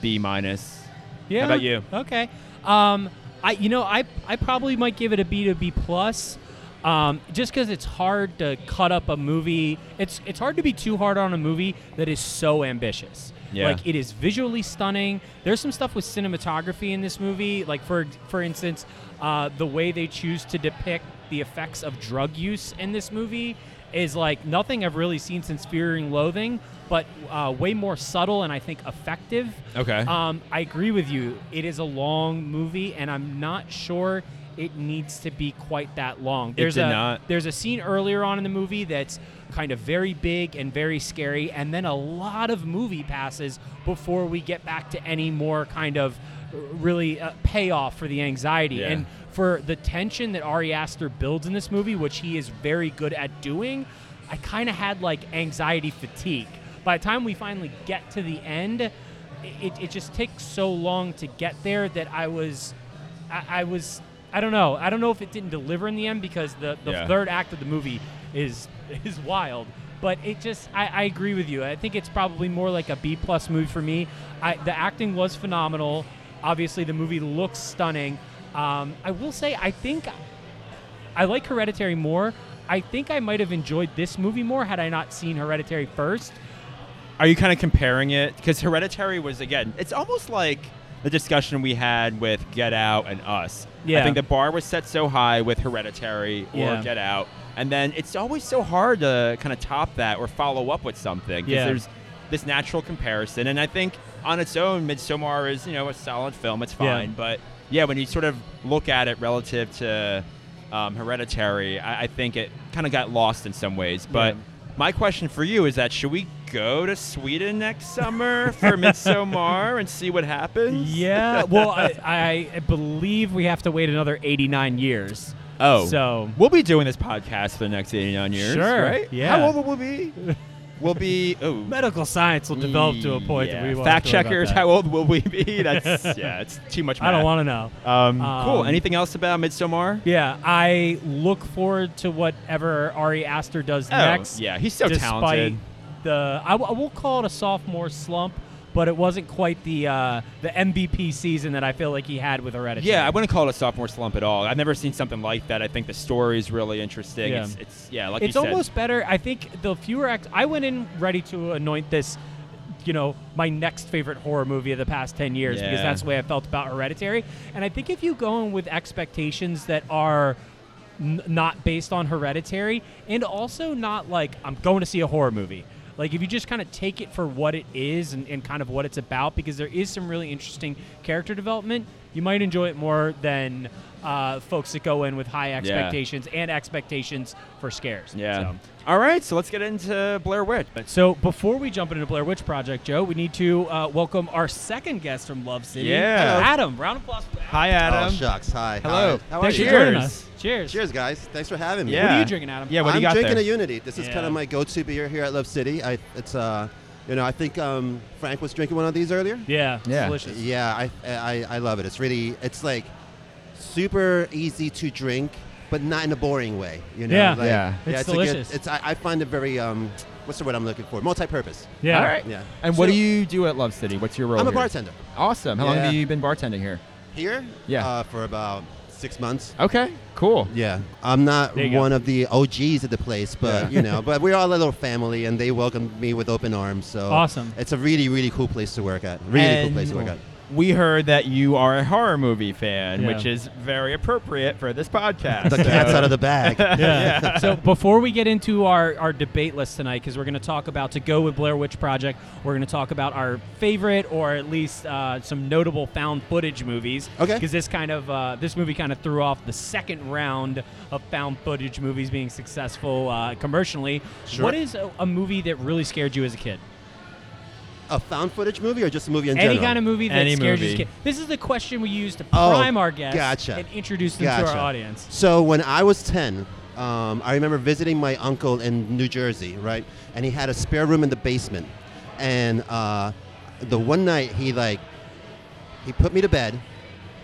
[SPEAKER 9] B minus.
[SPEAKER 10] Yeah.
[SPEAKER 9] How about you?
[SPEAKER 10] Okay. Um, I you know I I probably might give it a B to B plus, um, just because it's hard to cut up a movie. It's it's hard to be too hard on a movie that is so ambitious.
[SPEAKER 9] Yeah.
[SPEAKER 10] Like it is visually stunning. There's some stuff with cinematography in this movie. Like for for instance, uh, the way they choose to depict the effects of drug use in this movie is like nothing I've really seen since Fear and Loathing, but uh, way more subtle and I think effective.
[SPEAKER 9] Okay.
[SPEAKER 10] Um, I agree with you. It is a long movie, and I'm not sure it needs to be quite that long. There's
[SPEAKER 9] did
[SPEAKER 10] a
[SPEAKER 9] not.
[SPEAKER 10] there's a scene earlier on in the movie that's kind of very big and very scary, and then a lot of movie passes before we get back to any more kind of uh, really uh, payoff for the anxiety
[SPEAKER 9] Yeah.
[SPEAKER 10] and for the tension that Ari Aster builds in this movie, which he is very good at doing, I kind of had like anxiety fatigue. By the time we finally get to the end, it, it just takes so long to get there that I was, I, I was, I don't know. I don't know if it didn't deliver in the end because the, the
[SPEAKER 9] Yeah.
[SPEAKER 10] third act of the movie is is wild. But it just, I, I agree with you. I think it's probably more like a B plus movie for me. I, the acting was phenomenal. Obviously, the movie looks stunning. Um, I will say, I think I like Hereditary more. I think I might have enjoyed this movie more had I not seen Hereditary first.
[SPEAKER 9] Are you kind of comparing it? Because Hereditary was again, it's almost like the discussion we had with Get Out and Us. I
[SPEAKER 10] Yeah.
[SPEAKER 9] think the bar was set so high with Hereditary or
[SPEAKER 10] Yeah.
[SPEAKER 9] Get Out, and then it's always so hard to kind of top that or follow up with something because
[SPEAKER 10] Yeah.
[SPEAKER 9] there's this natural comparison. And I think on its own, Midsommar is you know a solid film. It's
[SPEAKER 10] Yeah.
[SPEAKER 9] fine, but yeah, when you sort of look at it relative to um, Hereditary, I, I think it kind of got lost in some ways, but.
[SPEAKER 10] Yeah.
[SPEAKER 9] My question for you is that should we go to Sweden next summer for Midsommar and see what happens?
[SPEAKER 10] Yeah. Well, I, I believe we have to wait another 89 years.
[SPEAKER 9] oh,
[SPEAKER 10] So.
[SPEAKER 9] we'll be doing this podcast for the next 89 years,
[SPEAKER 10] Sure,
[SPEAKER 9] right?
[SPEAKER 10] yeah.
[SPEAKER 9] How old will we be? We'll be oh,
[SPEAKER 10] Medical science will develop to a point that
[SPEAKER 9] yeah.
[SPEAKER 10] we won't have
[SPEAKER 9] fact
[SPEAKER 10] to worry about
[SPEAKER 9] checkers.
[SPEAKER 10] that.
[SPEAKER 9] How old will we be? That's yeah, it's too much.
[SPEAKER 10] I don't
[SPEAKER 9] math.
[SPEAKER 10] want to know.
[SPEAKER 9] Um, cool.
[SPEAKER 10] Um,
[SPEAKER 9] Anything else about Midsommar?
[SPEAKER 10] Yeah, I look forward to whatever Ari Aster does
[SPEAKER 9] Oh,
[SPEAKER 10] next.
[SPEAKER 9] yeah, he's so
[SPEAKER 10] despite
[SPEAKER 9] talented.
[SPEAKER 10] The I, w- I will call it a sophomore slump, but it wasn't quite the uh, the MVP season that I feel like he had with Hereditary.
[SPEAKER 9] Yeah, I wouldn't call it a sophomore slump at all. I've never seen something like that. I think the story's really interesting.
[SPEAKER 10] Yeah.
[SPEAKER 9] It's, it's yeah, like
[SPEAKER 10] it's
[SPEAKER 9] you said.
[SPEAKER 10] almost better. I think the fewer acts. I went in ready to anoint this, you know, my next favorite horror movie of the past ten years because
[SPEAKER 9] Yeah.
[SPEAKER 10] that's the way I felt about Hereditary. And I think if you go in with expectations that are n- not based on Hereditary, and also not like I'm going to see a horror movie. Like if you just kind of take it for what it is and, and kind of what it's about, because there is some really interesting character development, you might enjoy it more than uh, folks that go in with high expectations expectations and expectations for scares.
[SPEAKER 9] Yeah.
[SPEAKER 10] So.
[SPEAKER 9] All right, so let's get into Blair Witch.
[SPEAKER 10] So before we jump into Blair Witch Project, Joe, we need to uh, welcome our second guest from Love City,
[SPEAKER 9] Yeah.
[SPEAKER 10] Adam. Round of applause. For Adam.
[SPEAKER 9] Hi, Adam.
[SPEAKER 4] Oh, shucks. Hi.
[SPEAKER 9] Hello.
[SPEAKER 4] Hi. How
[SPEAKER 10] Thanks
[SPEAKER 4] are
[SPEAKER 10] for
[SPEAKER 4] you?
[SPEAKER 10] joining us. Cheers.
[SPEAKER 4] Cheers, guys. Thanks for having me.
[SPEAKER 9] Yeah. What are you drinking, Adam? Yeah, what do
[SPEAKER 4] I'm
[SPEAKER 9] you got
[SPEAKER 4] drinking
[SPEAKER 9] there?
[SPEAKER 4] a Unity. This is
[SPEAKER 10] Yeah.
[SPEAKER 4] kind of my go-to beer here at Love City. I, it's uh, you know, I think um, Frank was drinking one of these earlier.
[SPEAKER 10] Yeah, it's
[SPEAKER 4] yeah,
[SPEAKER 10] delicious.
[SPEAKER 4] Yeah, I, I I love it. It's really, it's like super easy to drink, but not in a boring way. You know,
[SPEAKER 10] Yeah.
[SPEAKER 4] like,
[SPEAKER 10] Yeah. It's
[SPEAKER 4] a good-
[SPEAKER 10] delicious.
[SPEAKER 4] it's I, I find it very um, what's the word I'm looking for? Multi-purpose.
[SPEAKER 10] Yeah.
[SPEAKER 12] All right.
[SPEAKER 4] Yeah.
[SPEAKER 12] And what
[SPEAKER 4] So-
[SPEAKER 12] do you do at Love City? What's your role?
[SPEAKER 4] I'm a
[SPEAKER 12] here?
[SPEAKER 4] bartender.
[SPEAKER 12] Awesome. How long
[SPEAKER 4] Yeah.
[SPEAKER 12] have you been bartending here?
[SPEAKER 4] Here?
[SPEAKER 12] Yeah.
[SPEAKER 4] Uh, for about six months.
[SPEAKER 12] Okay. Cool.
[SPEAKER 4] Yeah. I'm not
[SPEAKER 12] There you go.
[SPEAKER 4] one of the OGs of the place, but
[SPEAKER 12] Yeah.
[SPEAKER 4] you know, but we're all a little family, and they welcomed me with open arms. So
[SPEAKER 10] Awesome.
[SPEAKER 4] It's a really, really cool place to work at. Really cool place to work at.
[SPEAKER 9] And We heard that you are a horror movie fan,
[SPEAKER 10] Yeah.
[SPEAKER 9] which is very appropriate for this podcast.
[SPEAKER 4] The cat's out of the bag.
[SPEAKER 10] yeah. so before we get into our, our debate list tonight, because we're going to talk about to go with Blair Witch Project, we're going to talk about our favorite or at least uh, some notable found footage movies.
[SPEAKER 4] Okay.
[SPEAKER 10] Because this kind of uh, this movie kind of threw off the second round of found footage movies being successful uh, commercially.
[SPEAKER 4] Sure.
[SPEAKER 10] What is a, a movie that really scared you as a kid?
[SPEAKER 4] a found footage movie or just a movie in
[SPEAKER 10] Any
[SPEAKER 4] general?
[SPEAKER 10] kind of movie that scares you. Scared. This is the question we use to
[SPEAKER 4] Oh,
[SPEAKER 10] prime our guests
[SPEAKER 4] gotcha.
[SPEAKER 10] and introduce them to
[SPEAKER 4] Gotcha.
[SPEAKER 10] our audience.
[SPEAKER 4] So when I was 10, um, I remember visiting my uncle in New Jersey, right? And he had a spare room in the basement. And uh, the one night he like, he put me to bed.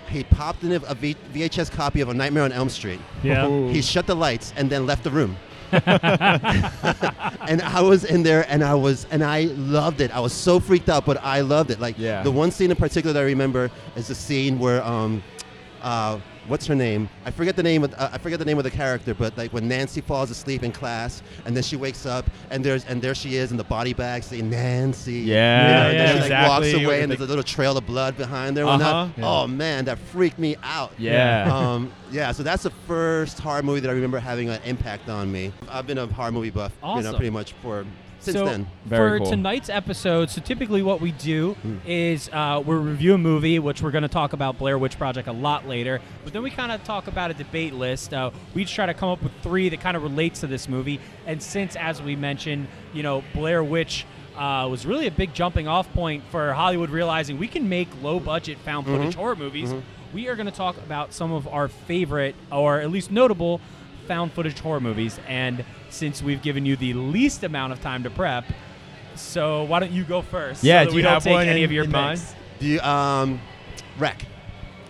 [SPEAKER 4] He popped in a, a V- Oh. VHS copy of A Nightmare on Elm Street.
[SPEAKER 13] Yeah. Ooh.
[SPEAKER 4] He shut the lights and then left the room. and I was in there and I was and I loved it. I was so freaked out, but I loved it. Like the one scene in particular that I remember is the scene where um, uh, what's her name? I forget the name of uh, I forget the name of the character, but like when Nancy falls asleep in class and then she wakes up and there's and there she is in the body bag saying Nancy.
[SPEAKER 12] Yeah,
[SPEAKER 4] You know, and
[SPEAKER 12] yeah,
[SPEAKER 4] then she like, walks
[SPEAKER 12] exactly.
[SPEAKER 4] away and
[SPEAKER 12] The-
[SPEAKER 4] there's a little trail of blood behind there. and whatnot.
[SPEAKER 12] Uh-huh. Yeah.
[SPEAKER 4] Oh man, that freaked me out.
[SPEAKER 12] Yeah.
[SPEAKER 4] Um, yeah. So that's the first horror movie that I remember having an impact on me. I've been a horror movie buff, you
[SPEAKER 10] Awesome.
[SPEAKER 4] know, pretty much for since
[SPEAKER 10] so
[SPEAKER 4] then.
[SPEAKER 10] for tonight's episode, so typically what we do
[SPEAKER 4] Mm.
[SPEAKER 10] is uh, we review a movie, which we're going to talk about Blair Witch Project a lot later, but then we kind of talk about a debate list. Uh, we each try to come up with three that kind of relates to this movie, and since, as we mentioned, you know, Blair Witch. Uh, was really a big jumping off point for Hollywood realizing we can make low budget found
[SPEAKER 4] Mhm.
[SPEAKER 10] footage horror movies.
[SPEAKER 4] Mhm.
[SPEAKER 10] We are going to talk about some of our favorite, or at least notable, found footage horror movies. And since we've given you the least amount of time to prep, so why don't you go first? so that we don't take any of your picks.
[SPEAKER 4] Do you, um, wreck.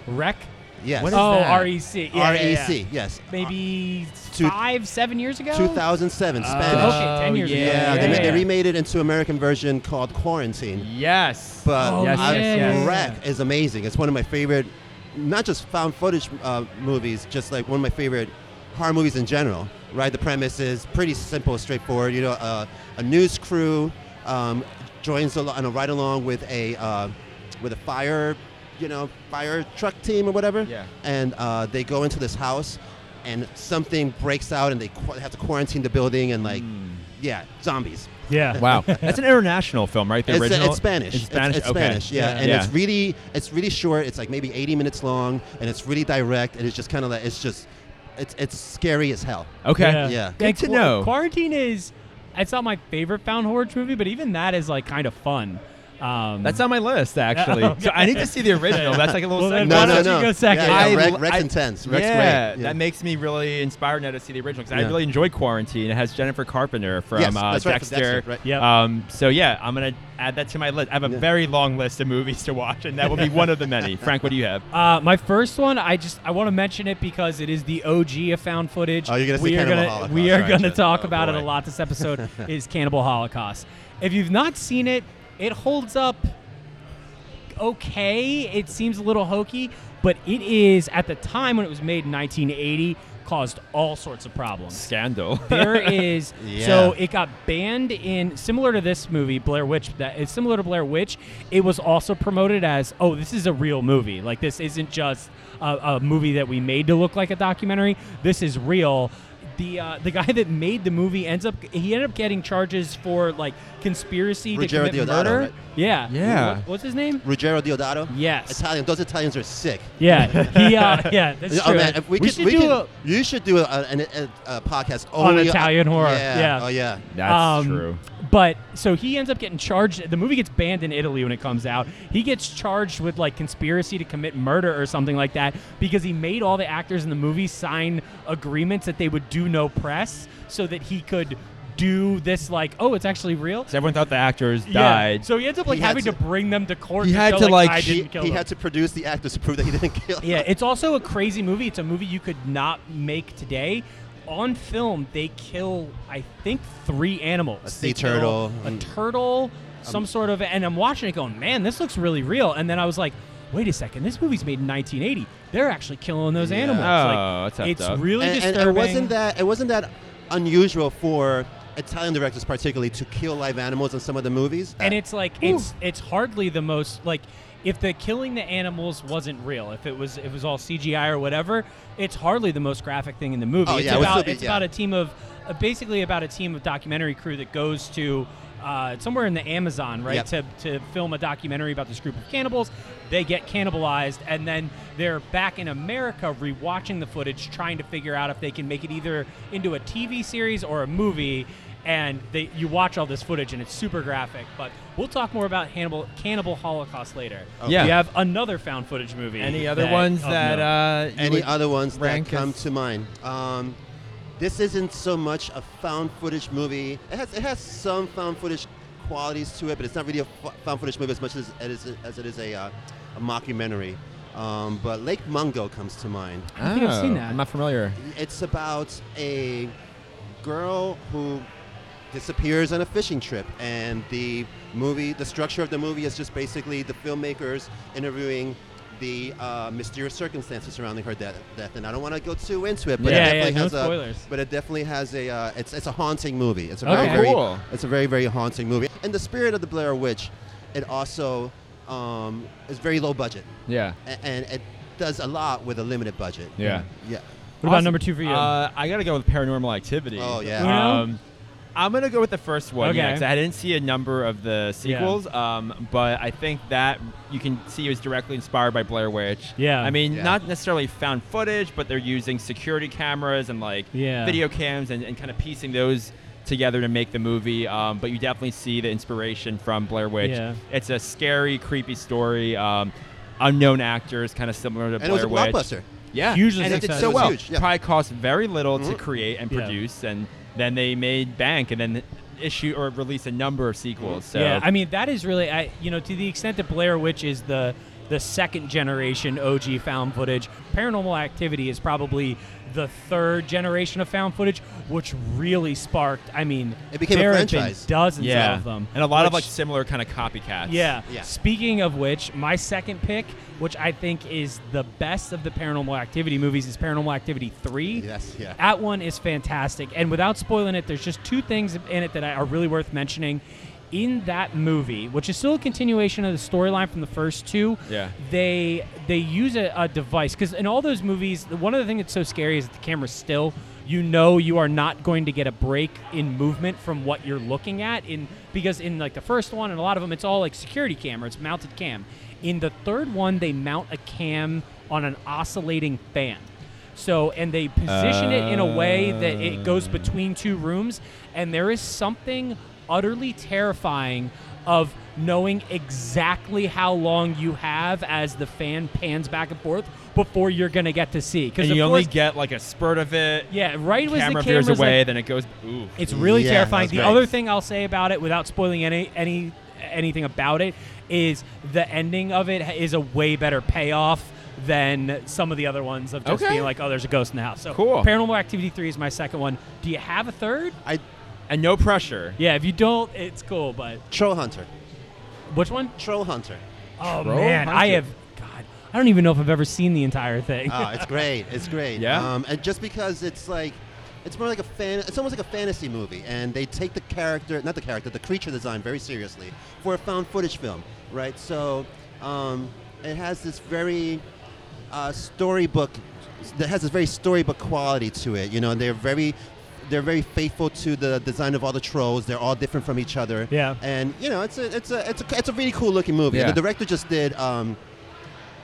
[SPEAKER 10] Wreck.
[SPEAKER 4] Yes.
[SPEAKER 10] oh, REC. Yeah, yeah, yeah.
[SPEAKER 4] REC. Yes.
[SPEAKER 10] Maybe
[SPEAKER 4] Two-
[SPEAKER 10] five, seven years ago.
[SPEAKER 4] 2007, Spanish.
[SPEAKER 10] okay, ten years
[SPEAKER 4] yeah.
[SPEAKER 10] ago.
[SPEAKER 4] they, ma-
[SPEAKER 10] Oh. yeah.
[SPEAKER 4] they remade it into American version called Quarantine.
[SPEAKER 12] Yes.
[SPEAKER 9] Uh,
[SPEAKER 4] But
[SPEAKER 10] Oh,
[SPEAKER 4] yes,
[SPEAKER 10] yes, yes, yes.
[SPEAKER 4] Wreck is amazing. It's one of my favorite, not just found footage uh, movies, just like one of my favorite horror movies in general. Right, the premise is pretty simple, straightforward. You know, uh, a news crew um, joins al- on a ride along with a uh, with a fire, you know, fire truck team or whatever.
[SPEAKER 12] Yeah.
[SPEAKER 4] And uh, they go into this house, and something breaks out, and they qu- have to quarantine the building, and like, yeah, zombies.
[SPEAKER 9] Wow. That's an international film, right? The
[SPEAKER 4] It's, uh,
[SPEAKER 9] original.
[SPEAKER 4] it's Spanish.
[SPEAKER 9] It's Spanish.
[SPEAKER 4] It's,
[SPEAKER 9] okay.
[SPEAKER 4] Spanish. Yeah, and it's really it's really short. It's like maybe 80 minutes long, and it's really direct. And it's just kind of like it's just it's it's scary as hell.
[SPEAKER 9] Okay.
[SPEAKER 4] Yeah.
[SPEAKER 10] And Qu- Quarantine is. It's not my favorite found horror movie, but even that is like kind of fun. Um,
[SPEAKER 9] That's on my list, actually. So I need to see the original. That's like a little.
[SPEAKER 10] well, then
[SPEAKER 9] segment.
[SPEAKER 10] Why don't you go second?
[SPEAKER 9] I
[SPEAKER 4] Rex-
[SPEAKER 9] l-
[SPEAKER 4] Rex
[SPEAKER 9] I-
[SPEAKER 4] intense. Rex
[SPEAKER 9] yeah,
[SPEAKER 4] great. Yeah.
[SPEAKER 9] that makes me really inspired now to see the original because I
[SPEAKER 4] Yeah.
[SPEAKER 9] really enjoyed Quarantine. It has Jennifer Carpenter from
[SPEAKER 4] Yes,
[SPEAKER 9] uh,
[SPEAKER 4] that's right, from
[SPEAKER 9] Dexter.
[SPEAKER 4] Dexter, right. Yep.
[SPEAKER 9] Um, so yeah, I'm gonna add that to my list. I have a very long list of movies to watch, and that will be one of the many. Frank, what do you have?
[SPEAKER 10] Uh, my first one, I just I want to mention it because it is the OG of found footage.
[SPEAKER 9] Oh, you're gonna say
[SPEAKER 10] we are
[SPEAKER 9] Cannibal
[SPEAKER 10] gonna,
[SPEAKER 9] Holocaust,
[SPEAKER 10] We are
[SPEAKER 9] right.
[SPEAKER 10] going to
[SPEAKER 9] Yeah.
[SPEAKER 10] talk
[SPEAKER 9] Oh,
[SPEAKER 10] about it a
[SPEAKER 9] boy.
[SPEAKER 10] lot this episode. is Cannibal Holocaust. If you've not seen it, it holds up okay. It seems a little hokey, but it is at the time when it was made in 1980 caused all sorts of problems.
[SPEAKER 9] Scandal.
[SPEAKER 10] There is
[SPEAKER 9] Yeah.
[SPEAKER 10] so it got banned in similar to this movie Blair Witch that it's similar to Blair Witch. It was also promoted as oh this is a real movie like this isn't just a, a movie that we made to look like a documentary. This is real. The, uh, the guy that made the movie ends up he ended up getting charges for like conspiracy
[SPEAKER 4] Ruggero
[SPEAKER 10] to commit
[SPEAKER 4] Deodato,
[SPEAKER 10] murder.
[SPEAKER 4] right?
[SPEAKER 10] Yeah.
[SPEAKER 4] Yeah.
[SPEAKER 10] What- what's his name?
[SPEAKER 4] Ruggero Diodato.
[SPEAKER 10] Yes.
[SPEAKER 4] Italian. Those Italians are sick.
[SPEAKER 10] Yeah, he, uh, yeah, that's
[SPEAKER 4] oh
[SPEAKER 10] true.
[SPEAKER 4] man, if we,
[SPEAKER 10] We
[SPEAKER 4] could,
[SPEAKER 10] should
[SPEAKER 4] we
[SPEAKER 10] do
[SPEAKER 4] could-
[SPEAKER 10] a-
[SPEAKER 4] you should do a, an, a, a uh, podcast
[SPEAKER 10] on
[SPEAKER 4] only
[SPEAKER 10] Italian horror.
[SPEAKER 4] Oh, Yeah.
[SPEAKER 10] Yeah.
[SPEAKER 4] Oh yeah.
[SPEAKER 10] Um, But so he ends up getting charged. The movie gets banned in Italy when it comes out. He gets charged with like conspiracy to commit murder or something like that because he made all the actors in the movie sign agreements that they would do no press so that he could do this like oh it's actually real.
[SPEAKER 9] So everyone thought the actors
[SPEAKER 10] Yeah.
[SPEAKER 9] died.
[SPEAKER 10] So he ends up like
[SPEAKER 4] He had
[SPEAKER 10] having
[SPEAKER 4] to-
[SPEAKER 10] to, bring them to court.
[SPEAKER 4] he
[SPEAKER 10] to
[SPEAKER 4] had
[SPEAKER 10] show,
[SPEAKER 4] to like,
[SPEAKER 10] I
[SPEAKER 4] he-
[SPEAKER 10] didn't kill
[SPEAKER 4] he
[SPEAKER 10] them.
[SPEAKER 4] had to produce the actors to prove that he didn't kill.
[SPEAKER 10] yeah, it's also a crazy movie. It's a movie you could not make today. On film, they kill, I think, three animals.
[SPEAKER 4] A sea
[SPEAKER 10] They kill
[SPEAKER 4] turtle.
[SPEAKER 10] a
[SPEAKER 4] Mm.
[SPEAKER 10] turtle, some sort of, and I'm watching it going, man, this looks really real. And then I was like, wait a second, this movie's made in 1980. They're actually killing those animals.
[SPEAKER 9] Oh,
[SPEAKER 10] like,
[SPEAKER 9] that's effed
[SPEAKER 10] it's
[SPEAKER 9] up.
[SPEAKER 10] really
[SPEAKER 4] and, and
[SPEAKER 10] disturbing.
[SPEAKER 4] it wasn't that it wasn't that unusual for Italian directors, particularly, to kill live animals in some of the movies.
[SPEAKER 10] and it's like it's it's hardly the most like if the killing the animals wasn't real, if it was it was all CGI or whatever, it's hardly the most graphic thing in the movie.
[SPEAKER 4] Oh,
[SPEAKER 10] it's
[SPEAKER 4] yeah, it would
[SPEAKER 10] about
[SPEAKER 4] still be-
[SPEAKER 10] it's
[SPEAKER 4] yeah.
[SPEAKER 10] about a team of uh, basically about a team of documentary crew that goes to uh, somewhere in the Amazon, right,
[SPEAKER 4] Yep.
[SPEAKER 10] to to film a documentary about this group of cannibals. They get cannibalized, and then they're back in America rewatching the footage, trying to figure out if they can make it either into a TV series or a movie. and they you watch all this footage and it's super graphic. But we'll talk more about Hannibal Cannibal Holocaust later.
[SPEAKER 9] Okay. Yeah.
[SPEAKER 10] we have another found footage movie.
[SPEAKER 9] Any other
[SPEAKER 10] that-
[SPEAKER 9] ones
[SPEAKER 10] of
[SPEAKER 9] that,
[SPEAKER 10] note.
[SPEAKER 9] uh, you
[SPEAKER 4] any
[SPEAKER 9] would
[SPEAKER 4] other ones that
[SPEAKER 9] rank
[SPEAKER 4] come
[SPEAKER 9] as-
[SPEAKER 4] to mind. Um, this isn't so much a found footage movie. It has it has some found footage qualities to it, but it's not really a fo- found footage movie as much as it is, as it is a, uh, a mockumentary. Um, but Lake Mungo comes to mind.
[SPEAKER 9] I don't think I've seen Oh, that. I'm not familiar.
[SPEAKER 4] It's about a girl who disappears on a fishing trip, and the movie, the structure of the movie is just basically the filmmakers interviewing the uh, mysterious circumstances surrounding her death, death. And I don't want to go too into it, but
[SPEAKER 10] Yeah, yeah,
[SPEAKER 4] it definitely
[SPEAKER 10] no
[SPEAKER 4] has a,
[SPEAKER 10] spoilers.
[SPEAKER 4] but it definitely has a, uh, it's it's a haunting movie. It's a
[SPEAKER 10] Okay.
[SPEAKER 4] very, very
[SPEAKER 10] Cool.
[SPEAKER 4] it's a very very haunting movie. In the spirit of the Blair Witch, it also um, is very low budget.
[SPEAKER 9] Yeah.
[SPEAKER 4] A- and it does a lot with a limited budget.
[SPEAKER 9] Yeah.
[SPEAKER 4] yeah.
[SPEAKER 10] What about number two for you?
[SPEAKER 9] Uh, I gotta go with Paranormal Activity.
[SPEAKER 4] Oh, yeah.
[SPEAKER 10] Uno?
[SPEAKER 9] Um, I'm gonna go with the first one. yeah,
[SPEAKER 10] Okay.
[SPEAKER 9] 'cause I didn't see a number of the sequels, um, but I think that you can see it was directly inspired by Blair Witch.
[SPEAKER 10] Yeah.
[SPEAKER 9] I mean,
[SPEAKER 10] Yeah.
[SPEAKER 9] not necessarily found footage, but they're using security cameras and like
[SPEAKER 10] Yeah.
[SPEAKER 9] video cams and, and kind of piecing those together to make the movie. Um, but you definitely see the inspiration from Blair Witch.
[SPEAKER 10] Yeah.
[SPEAKER 9] It's a scary, creepy story. Um, unknown actors, kind of similar to
[SPEAKER 4] And it was
[SPEAKER 9] Blair
[SPEAKER 4] a
[SPEAKER 9] Witch.
[SPEAKER 4] blockbuster.
[SPEAKER 9] Yeah,
[SPEAKER 10] Hugely
[SPEAKER 9] and it did
[SPEAKER 10] successful.
[SPEAKER 9] so well.
[SPEAKER 10] It was huge, yeah.
[SPEAKER 9] Probably cost very little to
[SPEAKER 4] Mm-hmm.
[SPEAKER 10] Mhm.
[SPEAKER 9] create and
[SPEAKER 10] Yeah.
[SPEAKER 9] produce, and then they made bank, and then issue or release a number of sequels. So
[SPEAKER 10] Mm-hmm. Yeah, I mean that is really, I you know, to the extent that Blair Witch is the the second generation OG found footage, Paranormal Activity is probably the third generation of found footage, which really sparked. I mean,
[SPEAKER 4] It became a
[SPEAKER 10] there have
[SPEAKER 4] franchise.
[SPEAKER 10] Been dozens
[SPEAKER 9] Yeah.
[SPEAKER 10] of them,
[SPEAKER 9] and a lot of
[SPEAKER 10] which-
[SPEAKER 9] like similar kind of copycats.
[SPEAKER 10] yeah. Speaking of which, my second pick, which I think is the best of the Paranormal Activity movies, is Paranormal Activity 3.
[SPEAKER 4] Yes, yeah.
[SPEAKER 10] That one is fantastic. And without spoiling it, there's just two things in it that I- are really worth mentioning. In that movie, which is still a continuation of the storyline from the first two,
[SPEAKER 9] Yeah.
[SPEAKER 10] they they use a, a device because in all those movies, the- one of the things that's so scary is that the camera's still. You know you are not going to get a break in movement from what you're looking at in because in like the first one and a lot of them, it's all like security camera, it's mounted cam. In the third one, they mount a cam on an oscillating fan. So and they position it in a way that it goes between two rooms, and there is something utterly terrifying of knowing exactly how long you have as the fan pans back and forth before you're gonna get to see.
[SPEAKER 9] and
[SPEAKER 10] of
[SPEAKER 9] you only
[SPEAKER 10] course-
[SPEAKER 9] get like a spurt of it.
[SPEAKER 10] yeah, right was
[SPEAKER 9] camera
[SPEAKER 10] the
[SPEAKER 9] veers
[SPEAKER 10] camera's,
[SPEAKER 9] away,
[SPEAKER 10] like-
[SPEAKER 9] then it goes. Ooh,
[SPEAKER 10] it's really terrifying. The other thing I'll say about it, without spoiling any any anything about it, is the ending of it is a way better payoff than some of the other ones of just
[SPEAKER 9] Okay.
[SPEAKER 10] being like, oh, there's a ghost in the house. So
[SPEAKER 9] Cool.
[SPEAKER 10] Paranormal Activity three is my second one. Do you have a third?
[SPEAKER 4] I
[SPEAKER 9] and no pressure.
[SPEAKER 10] yeah. If you don't, it's cool. But
[SPEAKER 4] Troll Hunter.
[SPEAKER 10] Which one?
[SPEAKER 4] Troll Hunter.
[SPEAKER 10] oh
[SPEAKER 4] Troll
[SPEAKER 10] man, I
[SPEAKER 4] Hunter.
[SPEAKER 10] have God. I don't even know if I've ever seen the entire thing.
[SPEAKER 4] oh, it's great. It's great.
[SPEAKER 10] Yeah?
[SPEAKER 4] Um, and just because it's like, it's more like a fan. It's almost like a fantasy movie, and they take the character, not the character, the creature design very seriously for a found footage film, right? So, um, it has this very uh, storybook. That has this very storybook quality to it. You know, and they're very. They're very faithful to the design of all the trolls. They're all different from each other.
[SPEAKER 10] Yeah.
[SPEAKER 4] And you know, it's a it's a it's a, it's a really cool looking movie. And
[SPEAKER 10] Yeah.
[SPEAKER 4] the director just did um,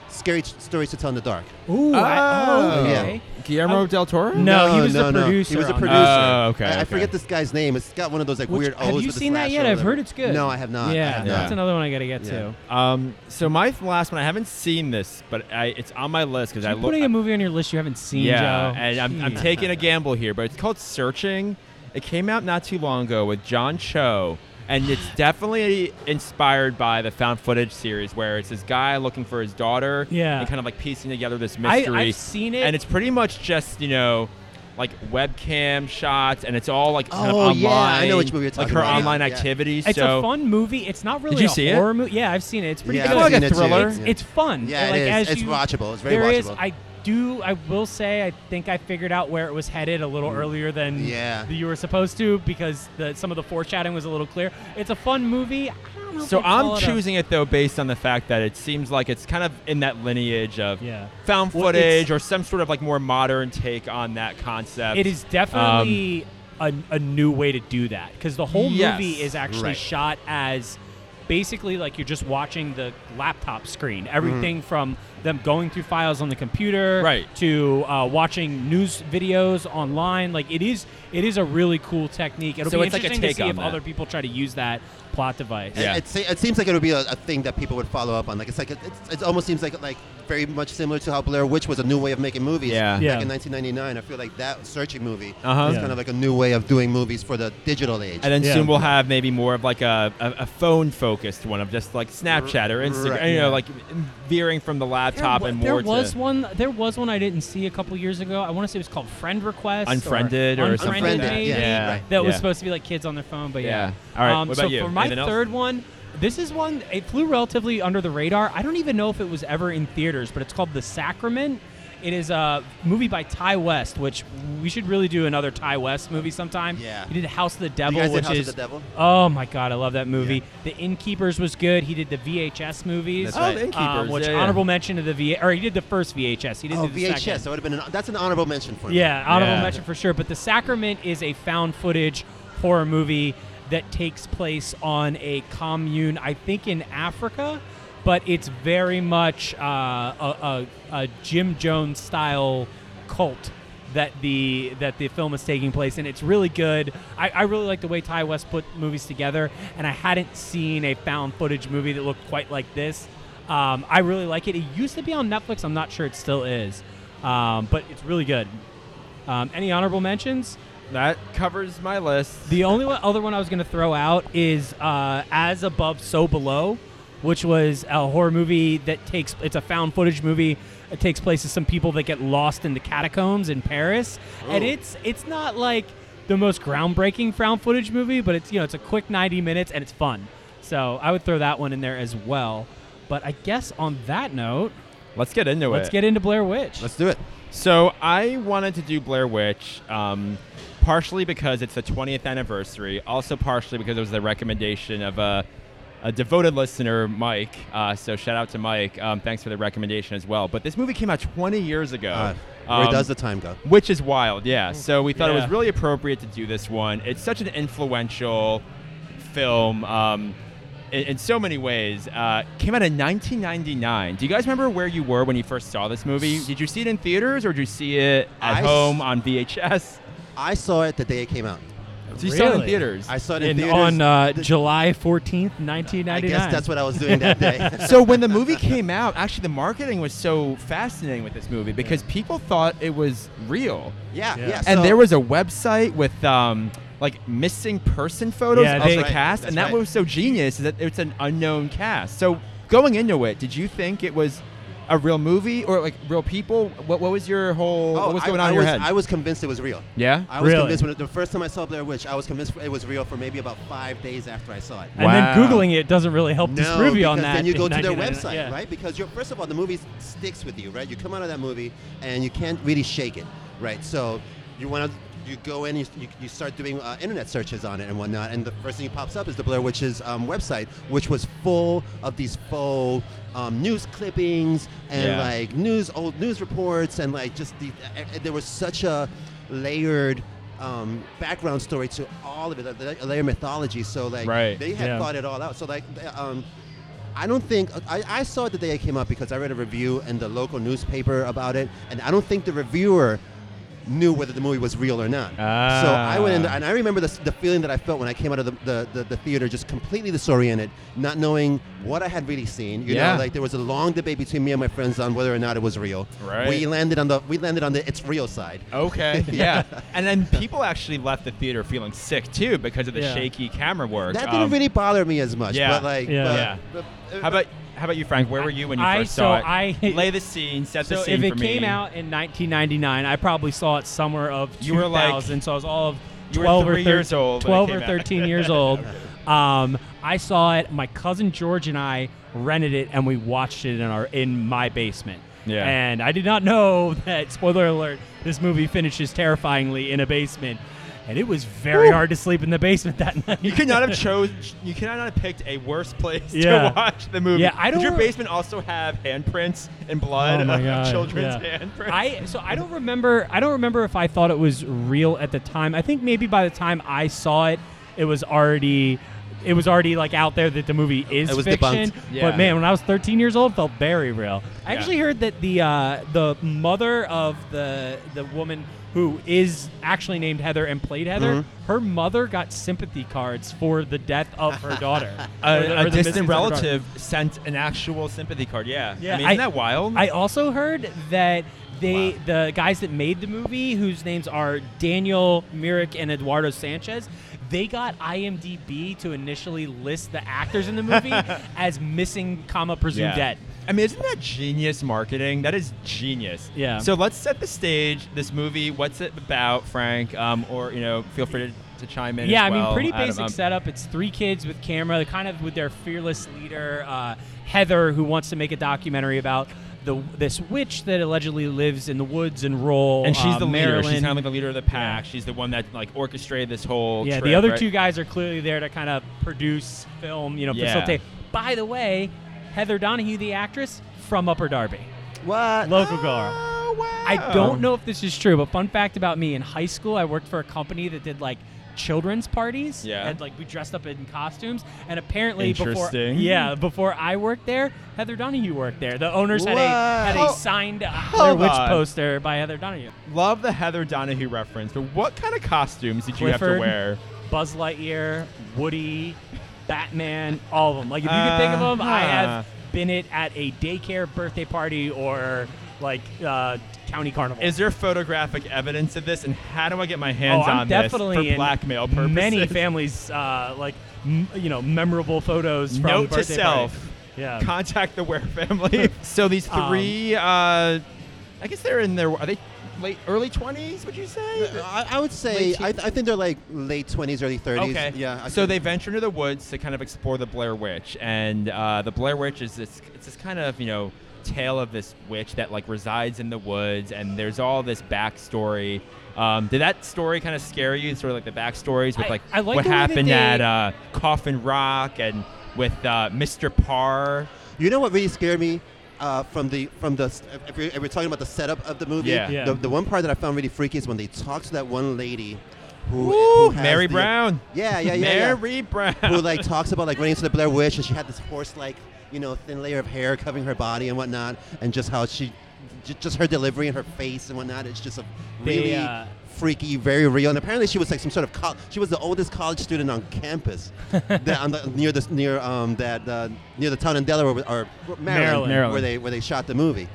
[SPEAKER 4] Scary T- Stories to Tell in the Dark.
[SPEAKER 10] Ooh, I- oh,
[SPEAKER 4] Yeah.
[SPEAKER 10] okay. Um,
[SPEAKER 9] Guillermo del Toro?
[SPEAKER 10] No, he was the producer
[SPEAKER 4] He was a
[SPEAKER 10] on that.
[SPEAKER 4] producer.
[SPEAKER 9] Oh, okay,
[SPEAKER 4] I, I
[SPEAKER 9] okay.
[SPEAKER 4] forget this guy's name. It's got one of those like
[SPEAKER 10] Which-
[SPEAKER 4] weird
[SPEAKER 10] have
[SPEAKER 4] O's.
[SPEAKER 10] you
[SPEAKER 4] with a
[SPEAKER 10] seen that
[SPEAKER 4] slash
[SPEAKER 10] yet?
[SPEAKER 4] over
[SPEAKER 10] I've
[SPEAKER 4] the-
[SPEAKER 10] heard it's good.
[SPEAKER 4] No, I have not. I
[SPEAKER 10] Yeah,
[SPEAKER 4] have
[SPEAKER 10] that's
[SPEAKER 4] not.
[SPEAKER 10] another one I gotta get to.
[SPEAKER 9] Um, so my last one, I haven't seen this, but I, it's on my list because I
[SPEAKER 10] You're
[SPEAKER 9] look.
[SPEAKER 10] putting a movie on your list you haven't seen,
[SPEAKER 9] yeah,
[SPEAKER 10] Joe.
[SPEAKER 9] and I'm, I'm
[SPEAKER 10] Jeez.
[SPEAKER 9] taking a gamble here, but it's called Searching. It came out not too long ago with John Cho, and it's definitely inspired by the found footage series, where it's this guy looking for his daughter,
[SPEAKER 10] Yeah.
[SPEAKER 9] and kind of like piecing together this
[SPEAKER 10] I-
[SPEAKER 9] mystery.
[SPEAKER 10] I've seen it.
[SPEAKER 9] and it's pretty much just you know. Like webcam shots, and it's all like kind of
[SPEAKER 4] Oh,
[SPEAKER 9] online.
[SPEAKER 4] yeah, I know which movie you're
[SPEAKER 9] Like
[SPEAKER 4] talking
[SPEAKER 9] her
[SPEAKER 4] about.
[SPEAKER 9] online
[SPEAKER 4] Yeah.
[SPEAKER 9] activities.
[SPEAKER 10] It's
[SPEAKER 9] so
[SPEAKER 10] a fun movie. It's not really
[SPEAKER 9] you
[SPEAKER 10] a
[SPEAKER 9] see it?
[SPEAKER 10] horror movie. Yeah, I've seen it. It's pretty
[SPEAKER 9] Yeah,
[SPEAKER 10] good.
[SPEAKER 9] I've seen
[SPEAKER 10] it's
[SPEAKER 9] it too. thriller.
[SPEAKER 10] It's,
[SPEAKER 9] Yeah.
[SPEAKER 10] it's fun.
[SPEAKER 4] Yeah, it
[SPEAKER 10] Like,
[SPEAKER 4] is.
[SPEAKER 10] as
[SPEAKER 4] It's
[SPEAKER 10] you-
[SPEAKER 4] watchable. It's very
[SPEAKER 10] there is-
[SPEAKER 4] watchable.
[SPEAKER 10] I do. I will say. I think I figured out where it was headed a little earlier than
[SPEAKER 4] Yeah.
[SPEAKER 10] you were supposed to because the, some of the foreshadowing was a little clear. It's a fun movie. I don't know if
[SPEAKER 9] So
[SPEAKER 10] I'd call
[SPEAKER 9] I'm
[SPEAKER 10] it a-
[SPEAKER 9] choosing it though based on the fact that it seems like it's kind of in that lineage of
[SPEAKER 10] Yeah.
[SPEAKER 9] found
[SPEAKER 10] Well, it's-
[SPEAKER 9] footage or some sort of like more modern take on that concept.
[SPEAKER 10] It is definitely a, a new way to do that because the whole
[SPEAKER 9] Um, Yes.
[SPEAKER 10] movie is actually
[SPEAKER 9] Right.
[SPEAKER 10] shot as basically like you're just watching the laptop screen.
[SPEAKER 9] Mm-hmm.
[SPEAKER 10] Everything from them going through files on the computer
[SPEAKER 9] Right.
[SPEAKER 10] to uh, watching news videos online. Like it is, it is a really cool technique. It'll
[SPEAKER 9] So
[SPEAKER 10] be
[SPEAKER 9] it's like a
[SPEAKER 10] interesting
[SPEAKER 9] take
[SPEAKER 10] to see
[SPEAKER 9] on
[SPEAKER 10] if
[SPEAKER 9] that.
[SPEAKER 10] other people try to use that plot device.
[SPEAKER 4] It, it, se- it seems like it would be a, a thing that people would follow up on. Like it's like it's, it almost seems like like very much similar to how Blair Witch was a new way of making movies.
[SPEAKER 9] Yeah.
[SPEAKER 4] Back
[SPEAKER 9] Yeah.
[SPEAKER 4] in 1999, I feel like that searching movie
[SPEAKER 9] Uh-huh.
[SPEAKER 4] is
[SPEAKER 9] Yeah.
[SPEAKER 4] kind of like a new way of doing movies for the digital age.
[SPEAKER 9] And then soon we'll have maybe more of like a, a, a phone focused one of just like Snapchat or Instagram,
[SPEAKER 4] Right.
[SPEAKER 9] you
[SPEAKER 4] Yeah.
[SPEAKER 9] know, like veering from the laptop
[SPEAKER 10] wa-
[SPEAKER 9] and more
[SPEAKER 10] there was
[SPEAKER 9] to
[SPEAKER 10] one. There was one I didn't see a couple years ago. I want to say it was called Friend Request,
[SPEAKER 9] Unfriended
[SPEAKER 10] or,
[SPEAKER 9] or something
[SPEAKER 10] Unfriended
[SPEAKER 9] like that.
[SPEAKER 10] maybe,
[SPEAKER 9] Yeah. Right.
[SPEAKER 10] That was
[SPEAKER 9] Yeah.
[SPEAKER 10] supposed to be like kids on their phone, but yeah.
[SPEAKER 9] Yeah. All right,
[SPEAKER 10] Um,
[SPEAKER 9] what about
[SPEAKER 10] so
[SPEAKER 9] you?
[SPEAKER 10] for my
[SPEAKER 9] Anything else?
[SPEAKER 10] third one, this is one. It flew relatively under the radar. I don't even know if it was ever in theaters, but it's called The Sacrament. It is a movie by Ty West, which we should really do another Ty West movie sometime. Yeah, he did House of the Devil,
[SPEAKER 4] guys did
[SPEAKER 10] which
[SPEAKER 4] House of
[SPEAKER 10] is
[SPEAKER 4] the Devil?
[SPEAKER 10] oh my god, I love that movie. The Innkeepers was good. He did the VHS movies,
[SPEAKER 4] That's Oh, right. The
[SPEAKER 10] um,
[SPEAKER 4] Innkeepers,
[SPEAKER 10] which
[SPEAKER 4] yeah, yeah.
[SPEAKER 10] honorable mention to the V, or he did the first VHS. He didn't
[SPEAKER 4] Oh,
[SPEAKER 10] do the
[SPEAKER 4] VHS.
[SPEAKER 10] second.
[SPEAKER 4] That would have been an, that's an honorable mention for me.
[SPEAKER 10] Yeah, honorable mention for sure. But the Sacrament is a found footage horror movie that takes place on a commune, I think in Africa, but it's very much uh, a, a, a Jim Jones style cult that the that the film is taking place and it's really good I, I really like the way ty west put movies together and i hadn't seen a found footage movie that looked quite like this um, i really like it it used to be on netflix i'm not sure it still is um, but it's really good um, any honorable mentions?
[SPEAKER 9] That covers my list.
[SPEAKER 10] The only one, other one I was going to throw out is uh, As Above, So Below, which was a horror movie that takes. It's a found footage movie. It takes place to some people that get lost in the catacombs in Paris, and
[SPEAKER 9] Ooh.
[SPEAKER 10] it's it's not like the most groundbreaking found footage movie, but it's you know it's a quick 90 minutes and it's fun. So I would throw that one in there as well. But I guess on that note,
[SPEAKER 9] let's get into
[SPEAKER 10] let's
[SPEAKER 9] it.
[SPEAKER 10] get into Blair Witch.
[SPEAKER 4] Let's do it.
[SPEAKER 9] So I wanted to do Blair Witch, um, partially because it's the 20th anniversary, also partially because it was the recommendation of a, a devoted listener, Mike. Uh, so shout out to Mike. Um, thanks for the recommendation as well. But this movie came out 20 years ago.
[SPEAKER 4] Where
[SPEAKER 9] Um,
[SPEAKER 4] does the time go? Oh,
[SPEAKER 9] Which is wild, yeah. So we thought it
[SPEAKER 4] Yeah.
[SPEAKER 9] was really appropriate to do this one. It's such an influential film um, in, in so many ways. Uh, came out in 1999. Do you guys remember where you were when you first saw this movie? Did you see it in theaters or did you see it at
[SPEAKER 4] I s-
[SPEAKER 9] home on VHS?
[SPEAKER 4] I saw it the day it came out.
[SPEAKER 9] So you saw it in Really? theaters?
[SPEAKER 4] I saw it in,
[SPEAKER 10] In,
[SPEAKER 4] theaters.
[SPEAKER 10] on uh, July 14th, 1999.
[SPEAKER 4] I guess that's what I was doing that day.
[SPEAKER 9] so when the movie came out, actually the marketing was so fascinating with this movie because people thought it was real.
[SPEAKER 4] Yeah, Yeah. yeah,
[SPEAKER 9] And
[SPEAKER 4] so-
[SPEAKER 9] there was a website with um, like missing person photos
[SPEAKER 4] Yeah,
[SPEAKER 9] of
[SPEAKER 4] they-
[SPEAKER 9] the
[SPEAKER 4] That's right,
[SPEAKER 9] cast,
[SPEAKER 4] that's
[SPEAKER 9] and that
[SPEAKER 4] right.
[SPEAKER 9] was so genius is that it's an unknown cast. So going into it, did you think it was a real movie or like real people? What, what was your whole what Oh, was
[SPEAKER 4] Oh, I-
[SPEAKER 9] going
[SPEAKER 4] I,
[SPEAKER 9] on in your
[SPEAKER 4] was,
[SPEAKER 9] head?
[SPEAKER 4] I was convinced it was real.
[SPEAKER 9] Yeah?
[SPEAKER 4] I was
[SPEAKER 9] Really?
[SPEAKER 4] convinced when the first time I saw Blair Witch, I was convinced it was real for maybe about five days after I saw it.
[SPEAKER 10] And then Googling it doesn't really help
[SPEAKER 4] no,
[SPEAKER 10] disprove you on
[SPEAKER 4] because
[SPEAKER 10] that.
[SPEAKER 4] Then you
[SPEAKER 10] in
[SPEAKER 4] go to their
[SPEAKER 10] 1999,
[SPEAKER 4] website,
[SPEAKER 10] yeah.
[SPEAKER 4] right? Because you're, first of all, the movie sticks with you, right? You come out of that movie and you can't really shake it, right? So you want to. You go in, you, you, you start doing uh, internet searches on it and whatnot, and the first thing that pops up is the Blair Witch's um, website, which was full of these faux um, news clippings and
[SPEAKER 9] Yeah.
[SPEAKER 4] like news, old news reports, and like just the, uh, uh, there was such a layered um, background story to all of it, a- a layer of mythology. So like
[SPEAKER 9] Right.
[SPEAKER 4] they had
[SPEAKER 9] Yeah.
[SPEAKER 4] thought it all out. So like, th- um, I don't think I, I saw it the day it came out because I read a review in the local newspaper about it, and I don't think the reviewer knew whether the movie was real or not. So I went in,
[SPEAKER 9] Ah.
[SPEAKER 4] there, and I remember the, s- the feeling that I felt when I came out of the, the, the, the theater, just completely disoriented, not knowing what I had really seen. You
[SPEAKER 9] Yeah.
[SPEAKER 4] know, like there was a long debate between me and my friends on whether or not it was real.
[SPEAKER 9] Right.
[SPEAKER 4] We landed on the we landed on the it's real side.
[SPEAKER 9] Okay. Yeah. and then people actually left the theater feeling sick too because of the
[SPEAKER 4] Yeah.
[SPEAKER 9] shaky camera work.
[SPEAKER 4] That
[SPEAKER 9] Um,
[SPEAKER 4] didn't really bother me as much.
[SPEAKER 9] Yeah.
[SPEAKER 4] But like, but- but- uh,
[SPEAKER 9] how about how about you, Frank? Where were you when you
[SPEAKER 10] I-
[SPEAKER 9] first
[SPEAKER 10] so
[SPEAKER 9] saw it?
[SPEAKER 10] I-
[SPEAKER 9] lay the scene, set
[SPEAKER 10] So
[SPEAKER 9] the
[SPEAKER 10] if
[SPEAKER 9] scene
[SPEAKER 10] it
[SPEAKER 9] for
[SPEAKER 10] came
[SPEAKER 9] me.
[SPEAKER 10] out in 1999, I probably saw it summer of
[SPEAKER 9] You were
[SPEAKER 10] 2000.
[SPEAKER 9] like-
[SPEAKER 10] so I was all of
[SPEAKER 9] you were
[SPEAKER 10] 12 or
[SPEAKER 9] three
[SPEAKER 10] 13
[SPEAKER 9] years old when it
[SPEAKER 10] 12
[SPEAKER 9] came
[SPEAKER 10] or
[SPEAKER 9] out.
[SPEAKER 10] 13 years old. Um, I saw it. My cousin George and I rented it, and we watched it in our in my basement.
[SPEAKER 9] Yeah.
[SPEAKER 10] And I did not know that. Spoiler alert: This movie finishes terrifyingly in a basement, and it was very
[SPEAKER 9] Woo.
[SPEAKER 10] hard to sleep in the basement that night.
[SPEAKER 9] You could not have chose. You could not have picked a worse place
[SPEAKER 10] Yeah.
[SPEAKER 9] to watch the movie.
[SPEAKER 10] Yeah, I don't
[SPEAKER 9] Did your
[SPEAKER 10] re-
[SPEAKER 9] basement also have handprints and blood
[SPEAKER 10] Oh my
[SPEAKER 9] of
[SPEAKER 10] God,
[SPEAKER 9] children's
[SPEAKER 10] yeah.
[SPEAKER 9] handprints?
[SPEAKER 10] I uh, so I don't remember. I don't remember if I thought it was real at the time. I think maybe by the time I saw it, it was already it was already like out there that the movie is
[SPEAKER 4] It was
[SPEAKER 10] fiction.
[SPEAKER 4] debunked.
[SPEAKER 10] But
[SPEAKER 4] Yeah.
[SPEAKER 10] man, when I was 13 years old, it felt very real. I
[SPEAKER 4] Yeah.
[SPEAKER 10] actually heard that the uh, the mother of the the woman who is actually named Heather and played Heather,
[SPEAKER 9] Mhm.
[SPEAKER 10] her mother got sympathy cards for the death of her daughter.
[SPEAKER 9] A,
[SPEAKER 10] Or
[SPEAKER 9] a
[SPEAKER 10] the- or the missing
[SPEAKER 9] distant
[SPEAKER 10] of her daughter.
[SPEAKER 9] relative sent an actual sympathy card. Yeah. I mean, isn't that wild?
[SPEAKER 10] I also heard that they the guys that made the movie, whose names are Daniel Myrick and Eduardo Sanchez, they got IMDb to initially list the actors in the movie as missing, comma presumed
[SPEAKER 9] Yeah.
[SPEAKER 10] dead.
[SPEAKER 9] I mean, isn't that genius marketing? That is genius.
[SPEAKER 10] Yeah.
[SPEAKER 9] So let's set the stage. This movie, what's it about, Frank? Um, or you know, feel free to, to chime in. as
[SPEAKER 10] Yeah, I mean,
[SPEAKER 9] well,
[SPEAKER 10] pretty
[SPEAKER 9] Adam.
[SPEAKER 10] basic
[SPEAKER 9] Um,
[SPEAKER 10] setup. It's three kids with camera, kind of with their fearless leader, uh, Heather, who wants to make a documentary about the this witch that allegedly lives in the woods in Roll.
[SPEAKER 9] And she's
[SPEAKER 10] uh,
[SPEAKER 9] the leader.
[SPEAKER 10] Maryland.
[SPEAKER 9] She's kind of like the leader of the pack. She's the one that like orchestrated this whole.
[SPEAKER 10] Yeah,
[SPEAKER 9] trip,
[SPEAKER 10] the other
[SPEAKER 9] right?
[SPEAKER 10] two guys are clearly there to kind of produce film, you know,
[SPEAKER 9] Yeah.
[SPEAKER 10] facilitate. By the way, Heather Donahue, the actress from Upper Darby.
[SPEAKER 4] What?
[SPEAKER 10] Local girl.
[SPEAKER 9] Oh,
[SPEAKER 10] I don't know if this is true, but fun fact about me in high school, I worked for a company that did like children's parties.
[SPEAKER 9] Yeah.
[SPEAKER 10] And like we dressed up in costumes. And apparently before
[SPEAKER 9] Interesting.
[SPEAKER 10] Yeah, before I worked there, Heather Donahue worked there. The owners had a had a
[SPEAKER 9] What?
[SPEAKER 10] signed uh, Blair
[SPEAKER 9] Hold
[SPEAKER 10] Witch
[SPEAKER 9] on.
[SPEAKER 10] poster by Heather Donahue.
[SPEAKER 9] Love the Heather Donahue reference, but what kind of costumes did you have
[SPEAKER 10] Clifford,
[SPEAKER 9] to wear?
[SPEAKER 10] Buzz Lightyear, Woody, Batman, all of them. Like if you can think of them, I have
[SPEAKER 9] Uh-huh.
[SPEAKER 10] been it at a daycare, birthday party, or like uh, county carnival.
[SPEAKER 9] Is there photographic evidence of this, and how do I get my hands
[SPEAKER 10] oh, I'm
[SPEAKER 9] on
[SPEAKER 10] definitely
[SPEAKER 9] this for
[SPEAKER 10] in
[SPEAKER 9] blackmail purposes?
[SPEAKER 10] Many families uh, like m- you know memorable photos from
[SPEAKER 9] Note to
[SPEAKER 10] birthday
[SPEAKER 9] self:
[SPEAKER 10] parties. Yeah.
[SPEAKER 9] contact the Ware family. Um, so these
[SPEAKER 10] Um,
[SPEAKER 9] three, uh, I guess they're in their are they late early twenties? Would you say?
[SPEAKER 4] I, I would say I, I think they're like late twenties, early thirties.
[SPEAKER 9] Okay.
[SPEAKER 4] Yeah. I
[SPEAKER 9] so
[SPEAKER 4] think-
[SPEAKER 9] they venture into the woods to kind of explore the Blair Witch, and uh, the Blair Witch is this. It's this kind of you know tale of this witch that like resides in the woods, and there's all this backstory. Um, did that story kind of scare you? Sort of like the backstories with
[SPEAKER 10] I-
[SPEAKER 9] like,
[SPEAKER 10] I like
[SPEAKER 9] what
[SPEAKER 10] the way that
[SPEAKER 9] happened
[SPEAKER 10] they-
[SPEAKER 9] at uh, Coffin Rock and with uh, Mr. Parr.
[SPEAKER 4] You know what really scared me uh, from the from the if we're, if we're talking about the setup of the movie?
[SPEAKER 9] Yeah. Yeah.
[SPEAKER 4] The, the one part that I found really freaky is when they talk to that one lady. Who,
[SPEAKER 9] Woo,
[SPEAKER 4] who has
[SPEAKER 9] Mary
[SPEAKER 4] the-
[SPEAKER 9] Brown.
[SPEAKER 4] Yeah, yeah, yeah. yeah.
[SPEAKER 9] Mary Brown.
[SPEAKER 4] Who like talks about like running into the Blair Witch and she had this horse-like, you know, thin layer of hair covering her body and whatnot, and just how she, j- just her delivery and her face and whatnot. It's just a
[SPEAKER 10] They,
[SPEAKER 4] really
[SPEAKER 10] uh,
[SPEAKER 4] freaky, very real. And apparently she was like some sort of col- she was the oldest college student on campus, that, on the, near this near um that uh, near the town in Delaware or Maryland,
[SPEAKER 10] Maryland. Maryland.
[SPEAKER 4] where they where they shot the movie.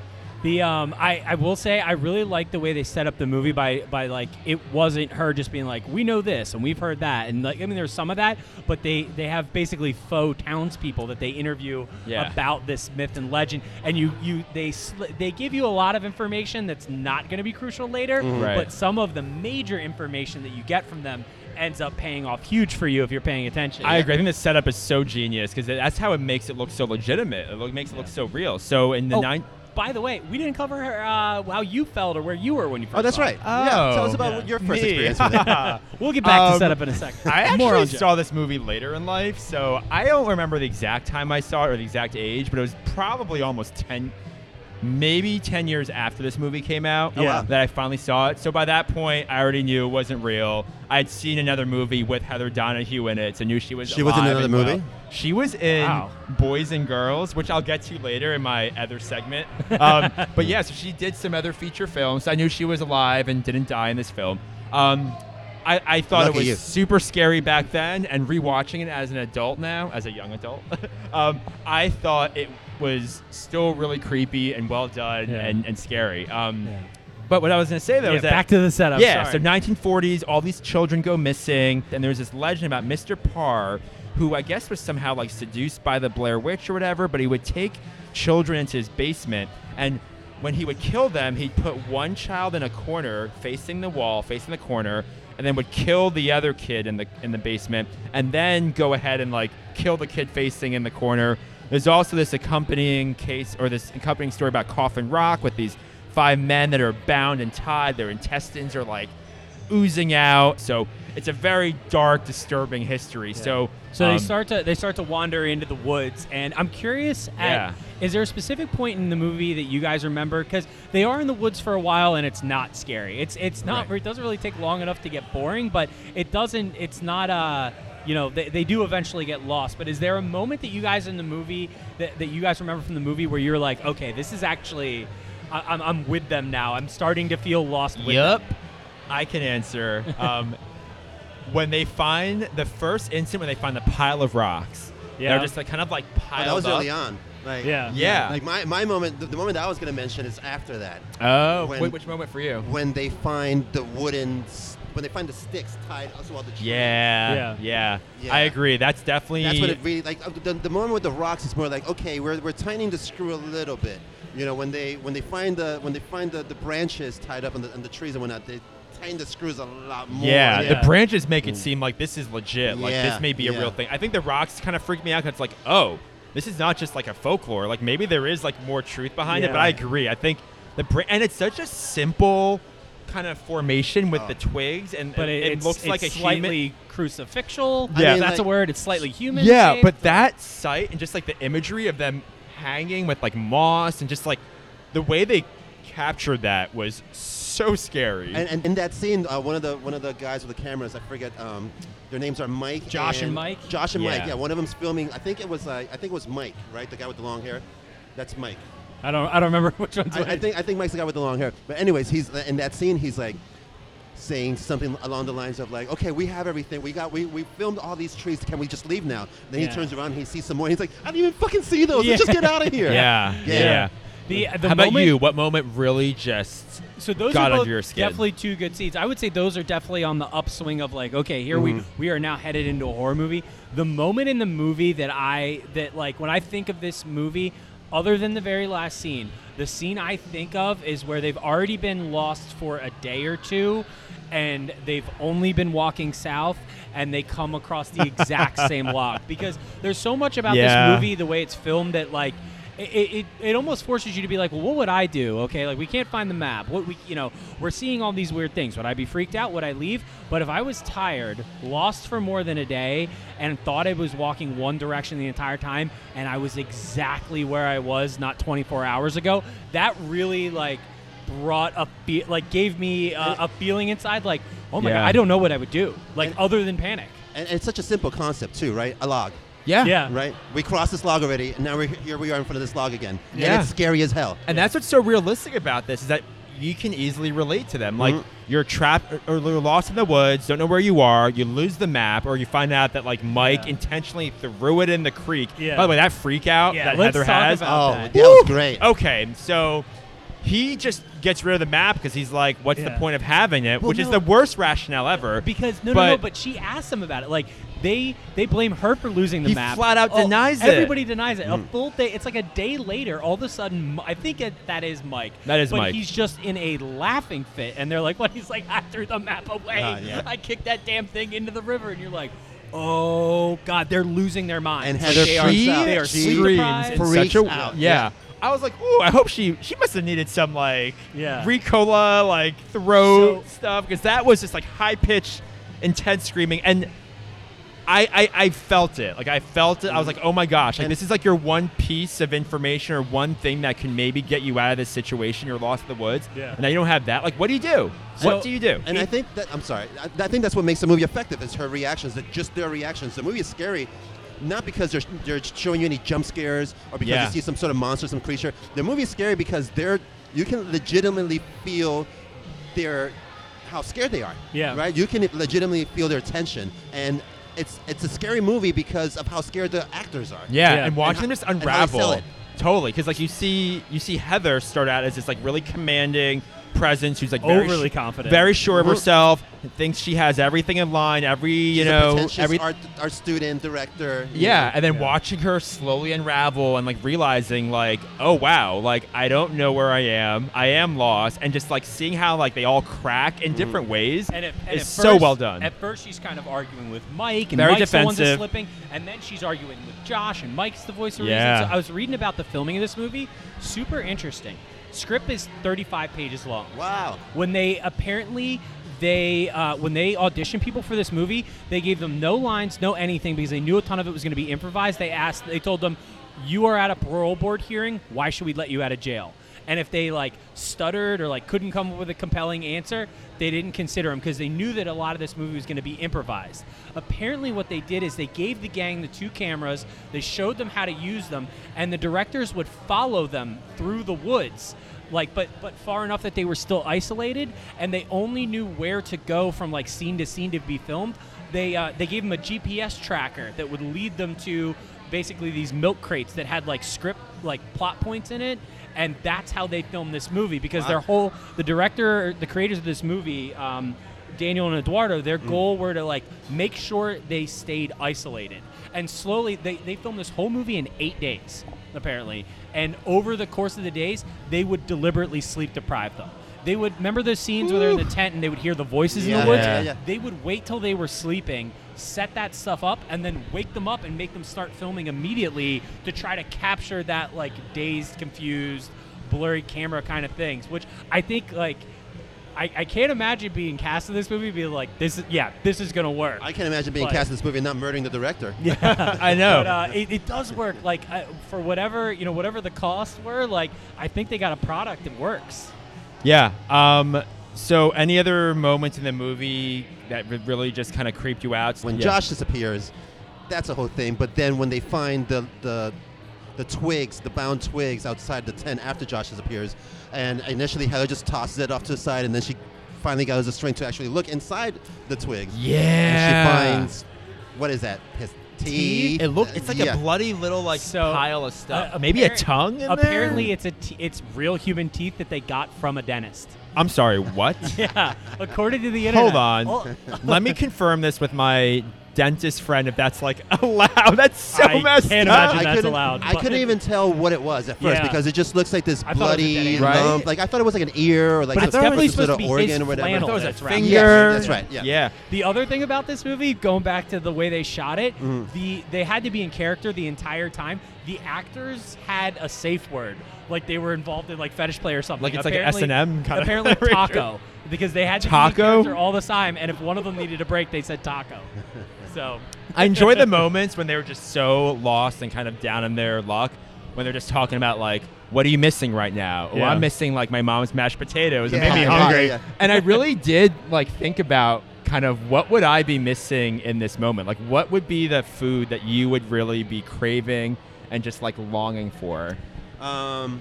[SPEAKER 10] The um, I, I will say I really like the way they set up the movie by by like it wasn't her just being like we know this and we've heard that and like I mean there's some of that but they they have basically faux townspeople that they interview
[SPEAKER 9] Yeah.
[SPEAKER 10] about this myth and legend and you you they sl- they give you a lot of information that's not going to be crucial later
[SPEAKER 4] Mm-hmm.
[SPEAKER 9] Mhm. Right.
[SPEAKER 10] but some of the major information that you get from them ends up paying off huge for you if you're paying attention.
[SPEAKER 9] I agree. I think the setup is so genius because that's how it makes it look so legitimate. It lo- makes it look so real. So in the
[SPEAKER 10] Oh,
[SPEAKER 9] nine.
[SPEAKER 10] By the way, we didn't cover uh, how you felt or where you were when you first.
[SPEAKER 4] Oh, that's
[SPEAKER 10] saw
[SPEAKER 4] right.
[SPEAKER 10] it.
[SPEAKER 4] Yeah, tell us about what your first experience with it.
[SPEAKER 10] we'll get
[SPEAKER 4] Um,
[SPEAKER 10] back to setup in a second.
[SPEAKER 9] I
[SPEAKER 10] More
[SPEAKER 9] actually
[SPEAKER 10] on Jeff.
[SPEAKER 9] saw this movie later in life, so I don't remember the exact time I saw it or the exact age, but it was probably almost 10, maybe 10 years after this movie came out
[SPEAKER 10] Oh, wow.
[SPEAKER 9] that I finally saw it. So by that point, I already knew it wasn't real. I'd seen another movie with Heather Donahue in it, so knew she was
[SPEAKER 4] She was in
[SPEAKER 9] alive
[SPEAKER 4] another
[SPEAKER 9] and well.
[SPEAKER 4] movie?
[SPEAKER 9] She was in
[SPEAKER 4] Wow.
[SPEAKER 9] Boys and Girls, which I'll get to later in my other segment. Um, but yeah, so she did some other feature films. I knew she was alive and didn't die in this film. Um, I, I thought
[SPEAKER 4] Lucky
[SPEAKER 9] it was
[SPEAKER 4] you.
[SPEAKER 9] super scary back then, and rewatching it as an adult now, as a young adult, um, I thought it was still really creepy and well done
[SPEAKER 10] Yeah.
[SPEAKER 9] and, and scary. Um, But what I was going to say though
[SPEAKER 10] Yeah,
[SPEAKER 9] was that
[SPEAKER 10] back to the setup,
[SPEAKER 9] Yeah,
[SPEAKER 10] sorry.
[SPEAKER 9] so 1940s, all these children go missing, and there's this legend about Mr. Parr, who I guess was somehow like seduced by the Blair Witch or whatever, but he would take children into his basement, and when he would kill them, he'd put one child in a corner, facing the wall, facing the corner, and then would kill the other kid in the in the basement, and then go ahead and like kill the kid facing in the corner. There's also this accompanying case or this accompanying story about Coffin Rock with these five men that are bound and tied. Their intestines are like oozing out. So it's a very dark, disturbing history. So
[SPEAKER 10] So they
[SPEAKER 9] um,
[SPEAKER 10] start to they start to wander into the woods, and I'm curious. At,
[SPEAKER 9] Yeah.
[SPEAKER 10] Is there a specific point in the movie that you guys remember? Because they are in the woods for a while, and it's not scary. It's it's not. It doesn't really take long enough to get boring, but it doesn't. It's not. Uh, you know they, they do eventually get lost but is there a moment that you guys in the movie that, that you guys remember from the movie where you're like okay this is actually I, I'm, I'm with them now i'm starting to feel lost with
[SPEAKER 9] Yep,
[SPEAKER 10] them.
[SPEAKER 9] I can answer. Um, when they find the first instant when they find the pile of rocks,
[SPEAKER 4] Yeah.
[SPEAKER 9] they're just like kind of like
[SPEAKER 4] Oh,
[SPEAKER 9] piled.
[SPEAKER 4] that was
[SPEAKER 9] up.
[SPEAKER 4] early on. Like,
[SPEAKER 9] yeah, yeah.
[SPEAKER 4] Like my, my moment, the, the moment that I was gonna mention is after that.
[SPEAKER 9] Oh, wait, which moment for you?
[SPEAKER 4] When they find the wooden, s- when they find the sticks tied also all the tree.
[SPEAKER 9] yeah, yeah, I agree. That's definitely
[SPEAKER 4] That's what it really like. uh, The, the moment with the rocks is more like okay, we're, we're tightening the screw a little bit. You know, when they when they find the when they find the, the branches tied up on the, on the trees and whatnot, they tighten the screws a lot more.
[SPEAKER 9] Yeah, the branches make it seem like this is legit. Like
[SPEAKER 4] Yeah,
[SPEAKER 9] this may be a
[SPEAKER 4] yeah.
[SPEAKER 9] real thing. I think the rocks kind of freaked me out because it's like, oh, this is not just like a folklore. Like maybe there is like more truth behind it. But
[SPEAKER 12] Yeah.
[SPEAKER 9] I agree. I think the br- and it's such a simple kind of formation with
[SPEAKER 10] Oh.
[SPEAKER 9] the twigs and
[SPEAKER 10] but
[SPEAKER 9] it,
[SPEAKER 10] it,
[SPEAKER 9] it
[SPEAKER 10] it's-
[SPEAKER 9] looks
[SPEAKER 10] it's
[SPEAKER 9] like a
[SPEAKER 10] slightly
[SPEAKER 9] human.
[SPEAKER 10] crucifixial
[SPEAKER 9] Yeah. I mean,
[SPEAKER 10] that's a
[SPEAKER 9] like-
[SPEAKER 10] word it's slightly human
[SPEAKER 9] Yeah,
[SPEAKER 10] shaped.
[SPEAKER 9] but that sight and just like the imagery of them hanging with like moss and just like the way they captured that was so scary.
[SPEAKER 4] And, and in that scene, uh, one of the one of the guys with the cameras, I forget, um, their names are Mike.
[SPEAKER 10] Josh and Mike?
[SPEAKER 4] Josh and Mike.
[SPEAKER 10] Yeah.
[SPEAKER 4] Yeah, one of them's filming. I think it was uh, I think it was Mike, right? The guy with the long hair. That's Mike.
[SPEAKER 10] I don't. I don't remember which one's
[SPEAKER 4] I, I
[SPEAKER 10] which.
[SPEAKER 4] think I think Mike's the guy with the long hair. But anyways, he's in that scene. He's like saying something along the lines of like, "Okay, we have everything. We got. We, we filmed all these trees. Can we just leave now?" Then
[SPEAKER 10] Yeah.
[SPEAKER 4] he turns around. He sees some more. He's like, "I didn't even fucking see those. Let's just
[SPEAKER 10] Yeah.
[SPEAKER 4] get out of here."
[SPEAKER 9] Yeah, yeah.
[SPEAKER 10] The- the
[SPEAKER 9] How about
[SPEAKER 10] moment-
[SPEAKER 9] you? What moment really just
[SPEAKER 10] so those
[SPEAKER 9] got
[SPEAKER 10] are both
[SPEAKER 9] under your skin?
[SPEAKER 10] definitely two good seeds. I would say those are definitely on the upswing of like, okay, here we
[SPEAKER 9] Mhm.
[SPEAKER 10] we are now headed into a horror movie. The moment in the movie that I that like when I think of this movie, other than the very last scene, the scene I think of is where they've already been lost for a day or two, and they've only been walking south, and they come across the exact same lock because there's so much about
[SPEAKER 9] Yeah.
[SPEAKER 10] this movie the way it's filmed that like it, it, it- it almost forces you to be like well what would i do okay like we can't find the map what we you know we're seeing all these weird things would i be freaked out would i leave but if i was tired lost for more than a day and thought i was walking one direction the entire time and i was exactly where i was not 24 hours ago that really like brought a fe- like gave me uh, a feeling inside like oh my
[SPEAKER 4] Yeah.
[SPEAKER 10] god i don't know what i would do like other than panic
[SPEAKER 4] And it's such a simple concept too, right? A log.
[SPEAKER 9] Yeah.
[SPEAKER 10] Yeah.
[SPEAKER 4] Right. We crossed this log already, and now we're here. We are in front of this log again.
[SPEAKER 9] Yeah.
[SPEAKER 4] And it's scary as hell.
[SPEAKER 9] And that's what's so realistic about this is that you can easily relate to them. Like
[SPEAKER 4] Mhm.
[SPEAKER 9] you're trapped or, or you're lost in the woods, don't know where you are, you lose the map, or you find out that like Mike intentionally threw it in the creek.
[SPEAKER 4] Yeah.
[SPEAKER 9] By the way, that freak out
[SPEAKER 4] Yeah,
[SPEAKER 9] Oh, that
[SPEAKER 4] let's
[SPEAKER 9] Heather
[SPEAKER 4] talk
[SPEAKER 9] has.
[SPEAKER 4] about Oh, that. that was
[SPEAKER 9] Woo!
[SPEAKER 4] great.
[SPEAKER 9] Okay, so he just gets rid of the map because he's like, what's
[SPEAKER 10] Yeah.
[SPEAKER 9] the point of having it?
[SPEAKER 10] Well,
[SPEAKER 9] Which is
[SPEAKER 10] no.
[SPEAKER 9] the worst rationale ever.
[SPEAKER 10] Because no, no, no. But she asked them about it. Like they they blame her for losing the
[SPEAKER 9] He
[SPEAKER 10] map.
[SPEAKER 9] flat out
[SPEAKER 10] Oh,
[SPEAKER 9] denies it.
[SPEAKER 10] Everybody denies it. A
[SPEAKER 9] Mm.
[SPEAKER 10] full day. It's like a day later. All of a sudden, Mi- I think it, that is Mike.
[SPEAKER 9] That is
[SPEAKER 10] but
[SPEAKER 9] Mike.
[SPEAKER 10] He's just in a laughing fit, and they're like, "What?" He's like, "I threw the map away.
[SPEAKER 4] Ah, yeah.
[SPEAKER 10] I kicked that damn thing into the river." And you're like. Oh God! They're losing their minds.
[SPEAKER 4] And
[SPEAKER 10] Like,
[SPEAKER 4] Heather
[SPEAKER 10] they are,
[SPEAKER 4] freaks out.
[SPEAKER 10] they are
[SPEAKER 4] She
[SPEAKER 10] sleep
[SPEAKER 4] screams
[SPEAKER 10] deprived.
[SPEAKER 4] in such a- Freaks out,
[SPEAKER 9] yeah. I was like, ooh, I hope she she must have needed some like
[SPEAKER 10] Yeah.
[SPEAKER 9] Ricola like throat stuff because that was just like high pitched, intense screaming, and I, I I felt it. Like I felt it. I was like, oh my gosh, like this is like your one piece of information or one thing that can maybe get you out of this situation. You're lost in the woods,
[SPEAKER 4] Yeah.
[SPEAKER 9] and now you don't have that. Like, what do you do?
[SPEAKER 4] So-
[SPEAKER 9] what do you do?
[SPEAKER 4] And I think that I'm sorry. I, I think that's what makes the movie effective is her reactions, that just their reactions. The movie is scary, not because they're they're showing you any jump scares or because
[SPEAKER 9] Yeah.
[SPEAKER 4] you see some sort of monster, some creature. The movie is scary because they're you can legitimately feel their how scared they are.
[SPEAKER 10] Yeah.
[SPEAKER 4] Right. You can legitimately feel their tension and. It's, it's a scary movie because of how scared the actors are.
[SPEAKER 9] Yeah, and watching them just
[SPEAKER 4] and how they sell
[SPEAKER 9] unravel.
[SPEAKER 4] it.
[SPEAKER 9] Totally, because like you see, you see Heather start out as this like really commanding presence who's like very
[SPEAKER 10] Overly confident.
[SPEAKER 9] very sure of
[SPEAKER 4] Mhm.
[SPEAKER 9] herself, thinks she has everything in line, every you
[SPEAKER 4] She's a
[SPEAKER 9] know,
[SPEAKER 4] pretentious
[SPEAKER 9] every
[SPEAKER 4] art, art student director. you
[SPEAKER 9] yeah,
[SPEAKER 4] know.
[SPEAKER 9] and then watching her slowly unravel and like realizing like, oh wow, like I don't know where I am, I am lost, and just like seeing how like they all crack
[SPEAKER 4] Mm.
[SPEAKER 9] in different ways
[SPEAKER 10] And at, and
[SPEAKER 9] is
[SPEAKER 10] at
[SPEAKER 9] so
[SPEAKER 10] first-
[SPEAKER 9] well done.
[SPEAKER 10] At first, she's kind of arguing with Mike, and
[SPEAKER 9] Very
[SPEAKER 10] Mike's the one that's
[SPEAKER 9] defensive.
[SPEAKER 10] slipping, and then she's arguing with Josh, and Mike's the voice of
[SPEAKER 9] Yeah.
[SPEAKER 10] reason. So I was reading about the filming of this movie. Super interesting. Script is 35 pages long.
[SPEAKER 4] Wow.
[SPEAKER 10] When they apparently they uh, when they auditioned people for this movie, they gave them no lines, no anything because they knew a ton of it was going to be improvised. They asked, they told them, "You are at a parole board hearing. Why should we let you out of jail?" And if they like stuttered or like couldn't come up with a compelling answer, they didn't consider him because they knew that a lot of this movie was going to be improvised. Apparently, what they did is they gave the gang the two cameras, they showed them how to use them, and the directors would follow them through the woods like but but far enough that they were still isolated and they only knew where to go from like scene to scene to be filmed they uh, they gave them a gps tracker that would lead them to basically these milk crates that had like script like plot points in it and that's how they filmed this movie because their
[SPEAKER 13] Wow.
[SPEAKER 10] whole the director the creators of this movie um, daniel and eduardo their goal were to like make sure they stayed isolated and slowly they, they filmed this whole movie in eight days apparently and over the course of the days they would deliberately sleep deprive them they would remember those scenes where they're in the tent and they would hear the voices in
[SPEAKER 4] Yeah,
[SPEAKER 10] the woods
[SPEAKER 4] yeah, yeah.
[SPEAKER 10] they would wait till they were sleeping, set that stuff up, and then wake them up and make them start filming immediately to try to capture that like dazed, confused, blurry camera kind of things. Which I think like I, I can't imagine being cast in this movie being like this is yeah this is gonna work.
[SPEAKER 4] I can't imagine being
[SPEAKER 10] But-
[SPEAKER 4] cast in this movie and not murdering the director.
[SPEAKER 10] Yeah,
[SPEAKER 4] I know.
[SPEAKER 10] But, uh, it, it does work. Like I, for whatever you know, whatever the costs were, like I think they got a product that works.
[SPEAKER 9] Yeah. Um, so, any other moments in the movie that re- really just kind of creeped you out?
[SPEAKER 4] when
[SPEAKER 9] Yeah.
[SPEAKER 4] Josh disappears, that's a whole thing. But then when they find the the the twigs, the bound twigs outside the tent after Josh disappears, and initially Heather just tosses it off to the side, and then she finally gathers the strength to actually look inside the twigs.
[SPEAKER 9] Yeah.
[SPEAKER 4] and she finds what is that? His teeth.
[SPEAKER 13] It looked. It's like
[SPEAKER 4] Yeah.
[SPEAKER 13] a bloody little like pile of stuff.
[SPEAKER 10] Uh,
[SPEAKER 13] Maybe a
[SPEAKER 10] appar-
[SPEAKER 13] tongue. In there?
[SPEAKER 10] apparently, it's a t- it's real human teeth that they got from a dentist.
[SPEAKER 9] I'm sorry, what?
[SPEAKER 10] yeah, according to the internet.
[SPEAKER 13] Hold on.
[SPEAKER 10] Oh.
[SPEAKER 13] Let me confirm this with my dentist friend if that's like allowed. That's so
[SPEAKER 10] I
[SPEAKER 13] messed
[SPEAKER 10] can't
[SPEAKER 13] up.
[SPEAKER 10] imagine that's
[SPEAKER 4] couldn't-
[SPEAKER 10] allowed.
[SPEAKER 4] I couldn't even tell what it was at first
[SPEAKER 13] Yeah.
[SPEAKER 4] because it just looks like this
[SPEAKER 13] I thought it was a dead
[SPEAKER 4] bloody
[SPEAKER 13] end. Right?
[SPEAKER 4] lump. Like I thought it was like an ear or like
[SPEAKER 10] But
[SPEAKER 4] some
[SPEAKER 10] it's definitely
[SPEAKER 4] this
[SPEAKER 10] supposed
[SPEAKER 4] little
[SPEAKER 10] to be his
[SPEAKER 4] organ or whatever.
[SPEAKER 10] flannel
[SPEAKER 4] That was
[SPEAKER 10] that's
[SPEAKER 4] a
[SPEAKER 10] wrapped.
[SPEAKER 4] finger. that's right. Yeah.
[SPEAKER 10] The other thing about this movie, going back to the way they shot it,
[SPEAKER 4] Mhm.
[SPEAKER 10] the they had to be in character the entire time. The actors had a safe word, like they were involved in like fetish play or something.
[SPEAKER 13] Like it's like a
[SPEAKER 10] Apparently-
[SPEAKER 13] S&M kind of
[SPEAKER 10] Apparently
[SPEAKER 13] arrangement.
[SPEAKER 10] taco, because they had to be in
[SPEAKER 13] Taco?
[SPEAKER 10] character all the time, and if one of them needed a break, they said taco. So
[SPEAKER 9] I enjoy the moments when they were just so lost and kind of down in their luck, when they're just talking about like, "What are you missing right now?" Oh,
[SPEAKER 13] Yeah.
[SPEAKER 9] I'm missing like my mom's mashed potatoes. It
[SPEAKER 13] Yeah.
[SPEAKER 9] made me
[SPEAKER 13] Yeah,
[SPEAKER 9] hungry,
[SPEAKER 13] yeah, yeah.
[SPEAKER 9] and I really did like think about kind of what would I be missing in this moment? Like, what would be the food that you would really be craving and just like longing for?
[SPEAKER 4] Um,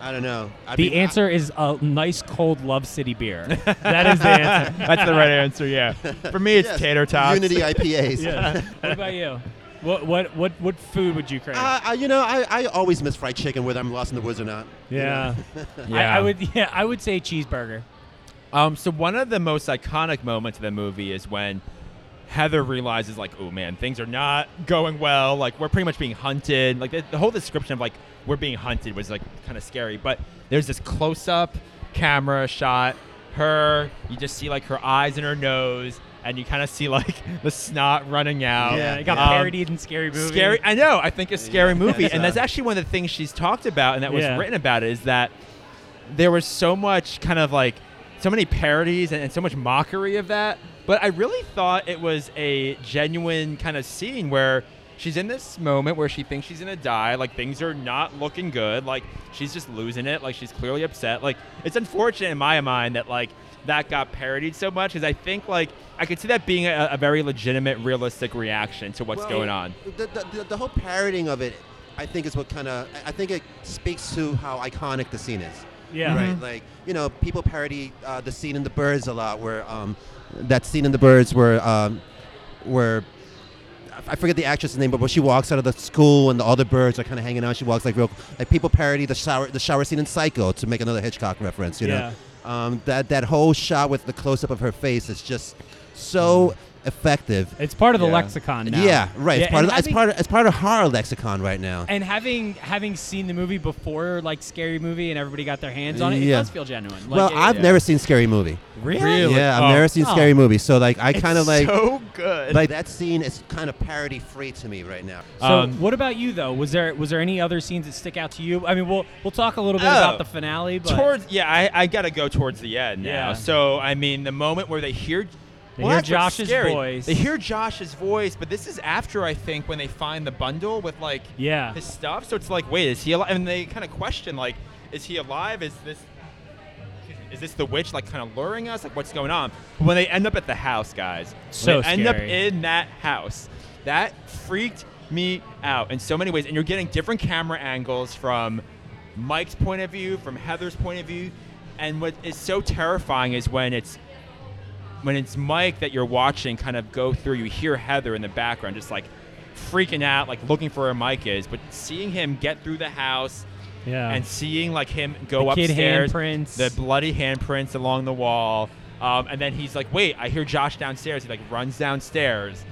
[SPEAKER 4] I don't know. I
[SPEAKER 10] the
[SPEAKER 4] mean, I-
[SPEAKER 10] answer is a nice cold Love City beer. that is the answer.
[SPEAKER 9] That's the right answer. Yeah. For me, it's
[SPEAKER 4] Yes,
[SPEAKER 9] tater tots.
[SPEAKER 4] Unity IPAs.
[SPEAKER 10] Yeah. what about you? What what what what food would you crave?
[SPEAKER 4] Uh, I, you know, I, I always miss fried chicken whether I'm lost in the woods or not. you
[SPEAKER 10] yeah.
[SPEAKER 4] know?
[SPEAKER 10] I, I would yeah, I would say cheeseburger.
[SPEAKER 9] Um, so one of the most iconic moments of the movie is when Heather realizes, like, oh man, things are not going well. Like we're pretty much being hunted. Like the, the whole description of like we're being hunted was like kind of scary. But there's this close-up camera shot. Her, you just see like her eyes and her nose, and you kind of see like the snot running out.
[SPEAKER 10] Yeah, it got
[SPEAKER 9] Um,
[SPEAKER 10] parodied in Scary Movie.
[SPEAKER 9] Scary. I know. I think a scary movie,
[SPEAKER 10] that's,
[SPEAKER 9] and that's
[SPEAKER 10] uh,
[SPEAKER 9] actually one of the things she's talked about, and that was
[SPEAKER 10] Yeah.
[SPEAKER 9] written about it is that there was so much kind of like so many parodies and, and so much mockery of that. But I really thought it was a genuine kind of scene where she's in this moment where she thinks she's gonna die, like things are not looking good, like she's just losing it, like she's clearly upset. Like it's unfortunate in my mind that like that got parodied so much because I think like I could see that being a, a very legitimate, realistic reaction to what's
[SPEAKER 4] Well,
[SPEAKER 9] going on.
[SPEAKER 4] The, the, the, the whole parodying of it, I think, is what kind of. I think it speaks to how iconic the scene is.
[SPEAKER 10] Yeah.
[SPEAKER 4] Right.
[SPEAKER 10] Mhm.
[SPEAKER 4] Like you know, people parody uh, the scene in The Birds a lot, where um, that scene in The Birds where um, where. I forget the actress's name, but when she walks out of the school and all the birds are kind of hanging out, she walks like real. Like people parody the shower, the shower scene in Psycho to make another Hitchcock reference. You
[SPEAKER 10] Yeah.
[SPEAKER 4] know, um, that that whole shot with the close up of her face is just so effective.
[SPEAKER 10] It's part of the lexicon now.
[SPEAKER 4] Yeah, right.
[SPEAKER 10] Yeah,
[SPEAKER 4] it's part
[SPEAKER 10] and
[SPEAKER 4] of it's
[SPEAKER 10] having-
[SPEAKER 4] part of, it's part of horror lexicon right now.
[SPEAKER 10] And having having seen the movie before, like Scary Movie, and everybody got their hands on it, it
[SPEAKER 4] Yeah.
[SPEAKER 10] does feel genuine. Like,
[SPEAKER 4] well,
[SPEAKER 10] it-
[SPEAKER 4] I've
[SPEAKER 10] yeah.
[SPEAKER 4] never seen Scary Movie.
[SPEAKER 10] Really? Really?
[SPEAKER 4] Yeah, I've
[SPEAKER 10] Oh.
[SPEAKER 4] never seen
[SPEAKER 10] Oh.
[SPEAKER 4] Scary Movie. So like, I
[SPEAKER 10] It's
[SPEAKER 4] kind of like
[SPEAKER 10] so good.
[SPEAKER 4] Like that scene is kind of parody free to me right now.
[SPEAKER 10] So,
[SPEAKER 9] Um,
[SPEAKER 10] what about you though? Was there was there any other scenes that stick out to you? I mean, we'll we'll talk a little bit
[SPEAKER 9] Oh.
[SPEAKER 10] about the finale, but
[SPEAKER 9] towards yeah, I, I gotta go towards the end now.
[SPEAKER 10] Yeah.
[SPEAKER 9] So I mean, the moment where they hear
[SPEAKER 10] They
[SPEAKER 9] well,
[SPEAKER 10] hear
[SPEAKER 9] that's what's
[SPEAKER 10] Josh's
[SPEAKER 9] scary.
[SPEAKER 10] voice.
[SPEAKER 9] They hear Josh's voice, but this is after I think when they find the bundle with like
[SPEAKER 10] Yeah.
[SPEAKER 9] his stuff. So it's like, wait, is he alive? And they kind of question like, is he alive? Is this is this the witch like kind of luring us? Like what's going on? But when they end up at the house, guys, when
[SPEAKER 10] So
[SPEAKER 9] they end up
[SPEAKER 10] scary.
[SPEAKER 9] in that house, that freaked me out in so many ways. And you're getting different camera angles from Mike's point of view, from Heather's point of view, and what is so terrifying is when it's when it's Mike that you're watching kind of go through, you hear Heather in the background just like freaking out, like looking for where Mike is, but seeing him get through the house
[SPEAKER 10] Yeah.
[SPEAKER 9] and seeing like him go
[SPEAKER 10] The kid
[SPEAKER 9] upstairs,
[SPEAKER 10] handprints.
[SPEAKER 9] the bloody handprints along the wall, um, and then he's like, "Wait, I hear Josh downstairs." He like runs downstairs.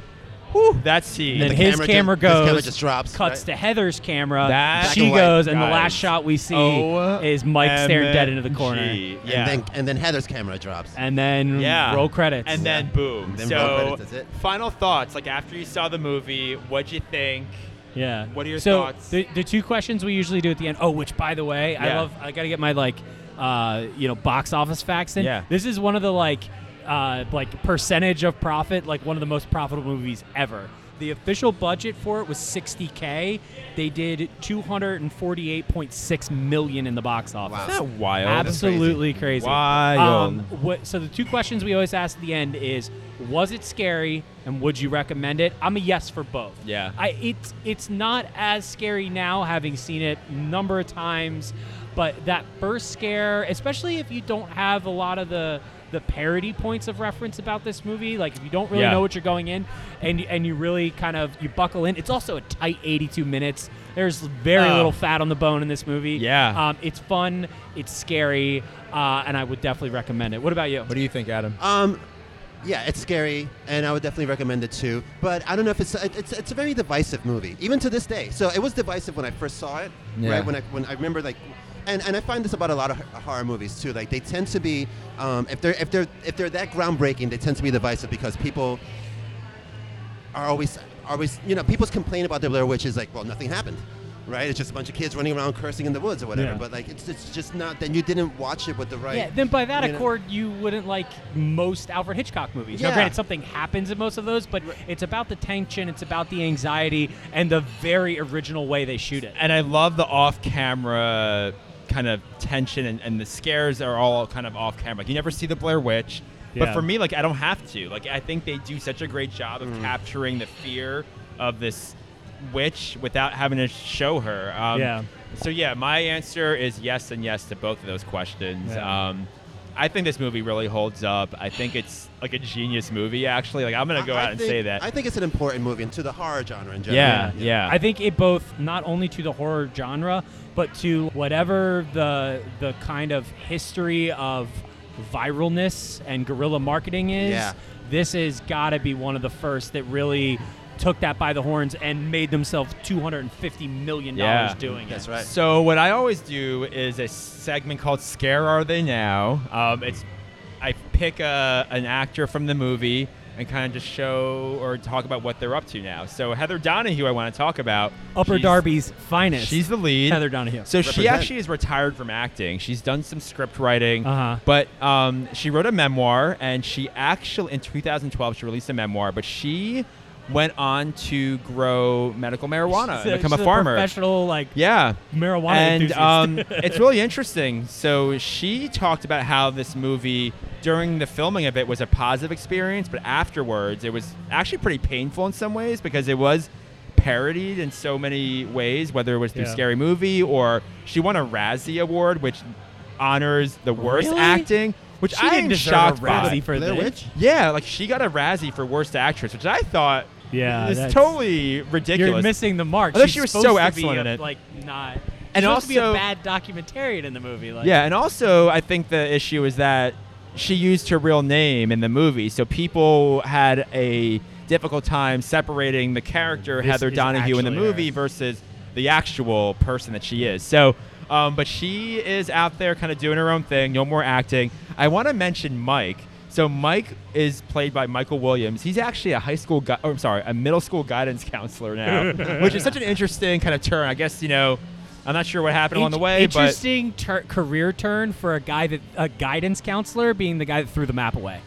[SPEAKER 9] Whew, that scene.
[SPEAKER 10] And then his camera, goes, cuts
[SPEAKER 9] right?
[SPEAKER 10] to Heather's camera.
[SPEAKER 9] That-
[SPEAKER 10] she
[SPEAKER 9] Black and white,
[SPEAKER 10] goes, and the
[SPEAKER 9] guys.
[SPEAKER 10] last shot we see
[SPEAKER 9] Oh,
[SPEAKER 10] is Mike staring dead into the
[SPEAKER 9] OMG.
[SPEAKER 10] corner.
[SPEAKER 9] Yeah.
[SPEAKER 4] And then, and then Heather's camera drops.
[SPEAKER 10] And then
[SPEAKER 9] yeah.
[SPEAKER 10] Mm, roll credits.
[SPEAKER 9] And then boom.
[SPEAKER 4] Then
[SPEAKER 9] so,
[SPEAKER 4] roll credits, that's
[SPEAKER 9] final thoughts. Like after you saw the movie, what'd you think?
[SPEAKER 10] Yeah.
[SPEAKER 9] What are your
[SPEAKER 10] so
[SPEAKER 9] thoughts?
[SPEAKER 10] The, the two questions we usually do at the end. Oh, which by the way, I
[SPEAKER 9] Yeah.
[SPEAKER 10] love. I gotta get my like, uh, you know, box office facts in.
[SPEAKER 9] Yeah.
[SPEAKER 10] This is one of the like, uh, like percentage of profit, like one of the most profitable movies ever. The official budget for it was 60k. They did 248.6 million in the box office.
[SPEAKER 9] Isn't that wild?
[SPEAKER 10] Absolutely
[SPEAKER 9] That's
[SPEAKER 10] crazy.
[SPEAKER 9] crazy. Wild.
[SPEAKER 10] Um, what, so the two questions we always ask at the end is, was it scary, and would you recommend it? I'm a yes for both.
[SPEAKER 9] Yeah.
[SPEAKER 10] I it's it's not as scary now having seen it number of times, but that first scare, especially if you don't have a lot of the the parody points of reference about this movie, like if you don't really
[SPEAKER 9] Yeah.
[SPEAKER 10] know what you're going in and and you really kind of you buckle in. It's also a tight 82 minutes. There's very
[SPEAKER 9] Oh.
[SPEAKER 10] little fat on the bone in this movie.
[SPEAKER 9] Yeah.
[SPEAKER 10] Um, it's fun, it's scary, uh, and I would definitely recommend it. What about you? What
[SPEAKER 9] do you think, Adam?
[SPEAKER 4] Um, yeah, it's scary, and I would definitely recommend it too. But I don't know if it's it's it's a very divisive movie, even to this day. So it was divisive when I first saw it,
[SPEAKER 14] Yeah.
[SPEAKER 4] right? When I when I remember like. And, and I find this about a lot of h- horror movies too. Like they tend to be, um, if they're if they're if they're that groundbreaking, they tend to be divisive because people are always always you know people's complaint about the Blair Witch is like well nothing happened, right? It's just a bunch of kids running around cursing in the woods or whatever.
[SPEAKER 10] Yeah.
[SPEAKER 4] But like it's, it's just not. Then you didn't watch it with the right.
[SPEAKER 10] Yeah, then by that
[SPEAKER 4] you know?
[SPEAKER 10] accord, you wouldn't like most Alfred Hitchcock movies. Now,
[SPEAKER 4] Yeah.
[SPEAKER 10] granted, something happens in most of those, but it's about the tension, it's about the anxiety, and the very original way they shoot it.
[SPEAKER 9] and I love the off-camera kind of tension, and, and the scares are all kind of off-camera. Like you never see the Blair Witch,
[SPEAKER 10] Yeah.
[SPEAKER 9] but for me, like I don't have to. Like I think they do such a great job
[SPEAKER 4] Mm.
[SPEAKER 9] of capturing the fear of this witch without having to show her. Um,
[SPEAKER 10] Yeah.
[SPEAKER 9] So yeah, my answer is yes and yes to both of those questions.
[SPEAKER 10] Yeah.
[SPEAKER 9] Um, I think this movie really holds up. I think it's like a genius movie. Actually, like I'm gonna go
[SPEAKER 4] I- I
[SPEAKER 9] out and
[SPEAKER 4] think-
[SPEAKER 9] say that.
[SPEAKER 4] I think it's an important movie and to the horror genre in general.
[SPEAKER 9] Yeah, yeah.
[SPEAKER 10] I think it both not only to the horror genre, but to whatever the the kind of history of viralness and guerrilla marketing is.
[SPEAKER 4] Yeah.
[SPEAKER 10] This has got to be one of the first that really took that by the horns and made themselves 250 million dollars doing it.
[SPEAKER 9] So what I always do is a segment called "Scare Are They Now." Um, it's I pick a, an actor from the movie and kind of just show or talk about what they're up to now. So Heather Donahue, I want to talk about
[SPEAKER 10] Upper
[SPEAKER 9] She's-
[SPEAKER 10] Darby's finest.
[SPEAKER 9] She's the lead.
[SPEAKER 10] Heather Donahue.
[SPEAKER 9] So she actually is retired from acting. She's done some script writing,
[SPEAKER 10] Uh-huh.
[SPEAKER 9] but um, she wrote a memoir, and she actually in 2012 she released a memoir, but she went on to grow medical marijuana
[SPEAKER 10] She's
[SPEAKER 9] and
[SPEAKER 10] a-
[SPEAKER 9] become
[SPEAKER 10] she's
[SPEAKER 9] a farmer.
[SPEAKER 10] professional like
[SPEAKER 9] yeah,
[SPEAKER 10] marijuana
[SPEAKER 9] and
[SPEAKER 10] enthusiast.
[SPEAKER 9] um, it's really interesting. So she talked about how this movie during the filming of it was a positive experience, but afterwards it was actually pretty painful in some ways because it was parodied in so many ways, whether it was through
[SPEAKER 10] Yeah.
[SPEAKER 9] Scary Movie or she won a Razzie Award, which honors the worst
[SPEAKER 10] Really?
[SPEAKER 9] acting. Which
[SPEAKER 10] She
[SPEAKER 9] I
[SPEAKER 10] didn't
[SPEAKER 9] am
[SPEAKER 10] deserve a
[SPEAKER 9] shocked by.
[SPEAKER 10] Razzie for Blair this. Witch?
[SPEAKER 9] Yeah, like she got a Razzie for worst actress, which I thought
[SPEAKER 10] Yeah,
[SPEAKER 9] is
[SPEAKER 10] that's-
[SPEAKER 9] totally ridiculous.
[SPEAKER 10] You're missing the mark.
[SPEAKER 9] I thought
[SPEAKER 10] She's
[SPEAKER 9] she was
[SPEAKER 10] supposed
[SPEAKER 9] so
[SPEAKER 10] to be
[SPEAKER 9] excellent
[SPEAKER 10] a,
[SPEAKER 9] in it.
[SPEAKER 10] Like not.
[SPEAKER 9] And
[SPEAKER 10] she's supposed to be a
[SPEAKER 9] also-
[SPEAKER 10] bad documentarian in the movie. Like
[SPEAKER 9] yeah, and also I think the issue is that she used her real name in the movie, so people had a difficult time separating the character
[SPEAKER 13] This
[SPEAKER 9] Heather
[SPEAKER 13] is
[SPEAKER 9] Donahue in the
[SPEAKER 13] actually
[SPEAKER 9] movie versus the actual person that she is. So, um, but she is out there kind of doing her own thing, no more acting. I want to mention Mike. So Mike is played by Michael Williams. He's actually a high school, gui- oh, I'm sorry, a middle school guidance counselor now, which is such an interesting kind of turn. I guess you know, I'm not sure what happened along the
[SPEAKER 10] Int-
[SPEAKER 9] way, but
[SPEAKER 10] Interesting tur- career turn for a guy that a guidance counselor being the guy that threw the map away.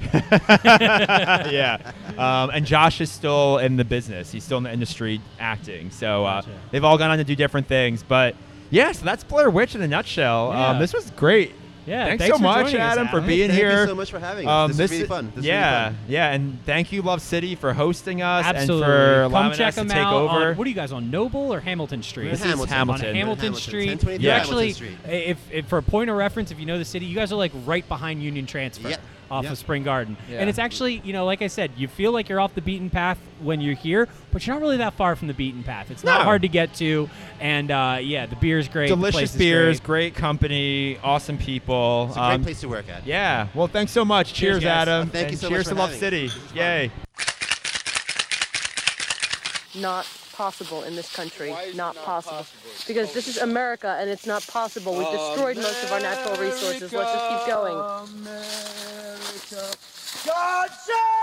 [SPEAKER 9] yeah. Um, and Josh is still in the business. He's still in the industry acting. So uh,
[SPEAKER 10] Gotcha.
[SPEAKER 9] they've all gone on to do different things. But Yeah, so that's Blair Witch in a nutshell.
[SPEAKER 10] Yeah.
[SPEAKER 9] Um, this was great.
[SPEAKER 10] Yeah,
[SPEAKER 9] thanks,
[SPEAKER 10] thanks
[SPEAKER 9] so
[SPEAKER 10] for
[SPEAKER 9] much,
[SPEAKER 10] joining us,
[SPEAKER 9] Adam, for
[SPEAKER 10] Adam.
[SPEAKER 9] being
[SPEAKER 4] Thank you
[SPEAKER 9] here. Um,
[SPEAKER 4] so much for having us. This was really
[SPEAKER 9] is-
[SPEAKER 4] fun. This was really
[SPEAKER 9] yeah,
[SPEAKER 4] fun.
[SPEAKER 9] yeah, and thank you, Love City, for hosting us
[SPEAKER 10] Absolutely.
[SPEAKER 9] and for allowing
[SPEAKER 10] Come check
[SPEAKER 9] us to
[SPEAKER 10] them
[SPEAKER 9] take
[SPEAKER 10] out
[SPEAKER 9] over.
[SPEAKER 10] On, what are you guys on Noble or Hamilton Street?
[SPEAKER 9] This is Hamilton. Hamilton.
[SPEAKER 10] On Hamilton,
[SPEAKER 9] Hamilton.
[SPEAKER 10] Street.
[SPEAKER 9] 1023
[SPEAKER 10] You're
[SPEAKER 9] Hamilton
[SPEAKER 10] actually, eh,
[SPEAKER 9] Street.
[SPEAKER 10] If, if for a point of reference, if you know the city, you guys are like right behind Union Transfer
[SPEAKER 9] Yep.
[SPEAKER 10] off
[SPEAKER 9] Yep.
[SPEAKER 10] of Spring Garden,
[SPEAKER 9] Yeah.
[SPEAKER 10] and it's actually you know like I said, you feel like you're off the beaten path when you're here, but you're not really that far from the beaten path. It's not
[SPEAKER 9] No.
[SPEAKER 10] hard to get to, and uh, yeah, the beer's great. the place
[SPEAKER 9] Delicious
[SPEAKER 10] is
[SPEAKER 9] beers, great.
[SPEAKER 10] great.
[SPEAKER 9] company, awesome people. Um,
[SPEAKER 10] It's a great place to work at.
[SPEAKER 9] Yeah. Well, thanks so much.
[SPEAKER 10] Cheers,
[SPEAKER 9] Cheers,
[SPEAKER 10] guys.
[SPEAKER 9] Adam.
[SPEAKER 10] Thank you
[SPEAKER 9] and
[SPEAKER 10] so much
[SPEAKER 9] cheers
[SPEAKER 10] for
[SPEAKER 9] to Love
[SPEAKER 10] having
[SPEAKER 9] City.
[SPEAKER 10] us. This
[SPEAKER 9] Yay.
[SPEAKER 2] not possible in this country. Not, possible. Oh, Because this is America and it's not possible. We've destroyed most of our natural resources. Let's just keep going.
[SPEAKER 8] God save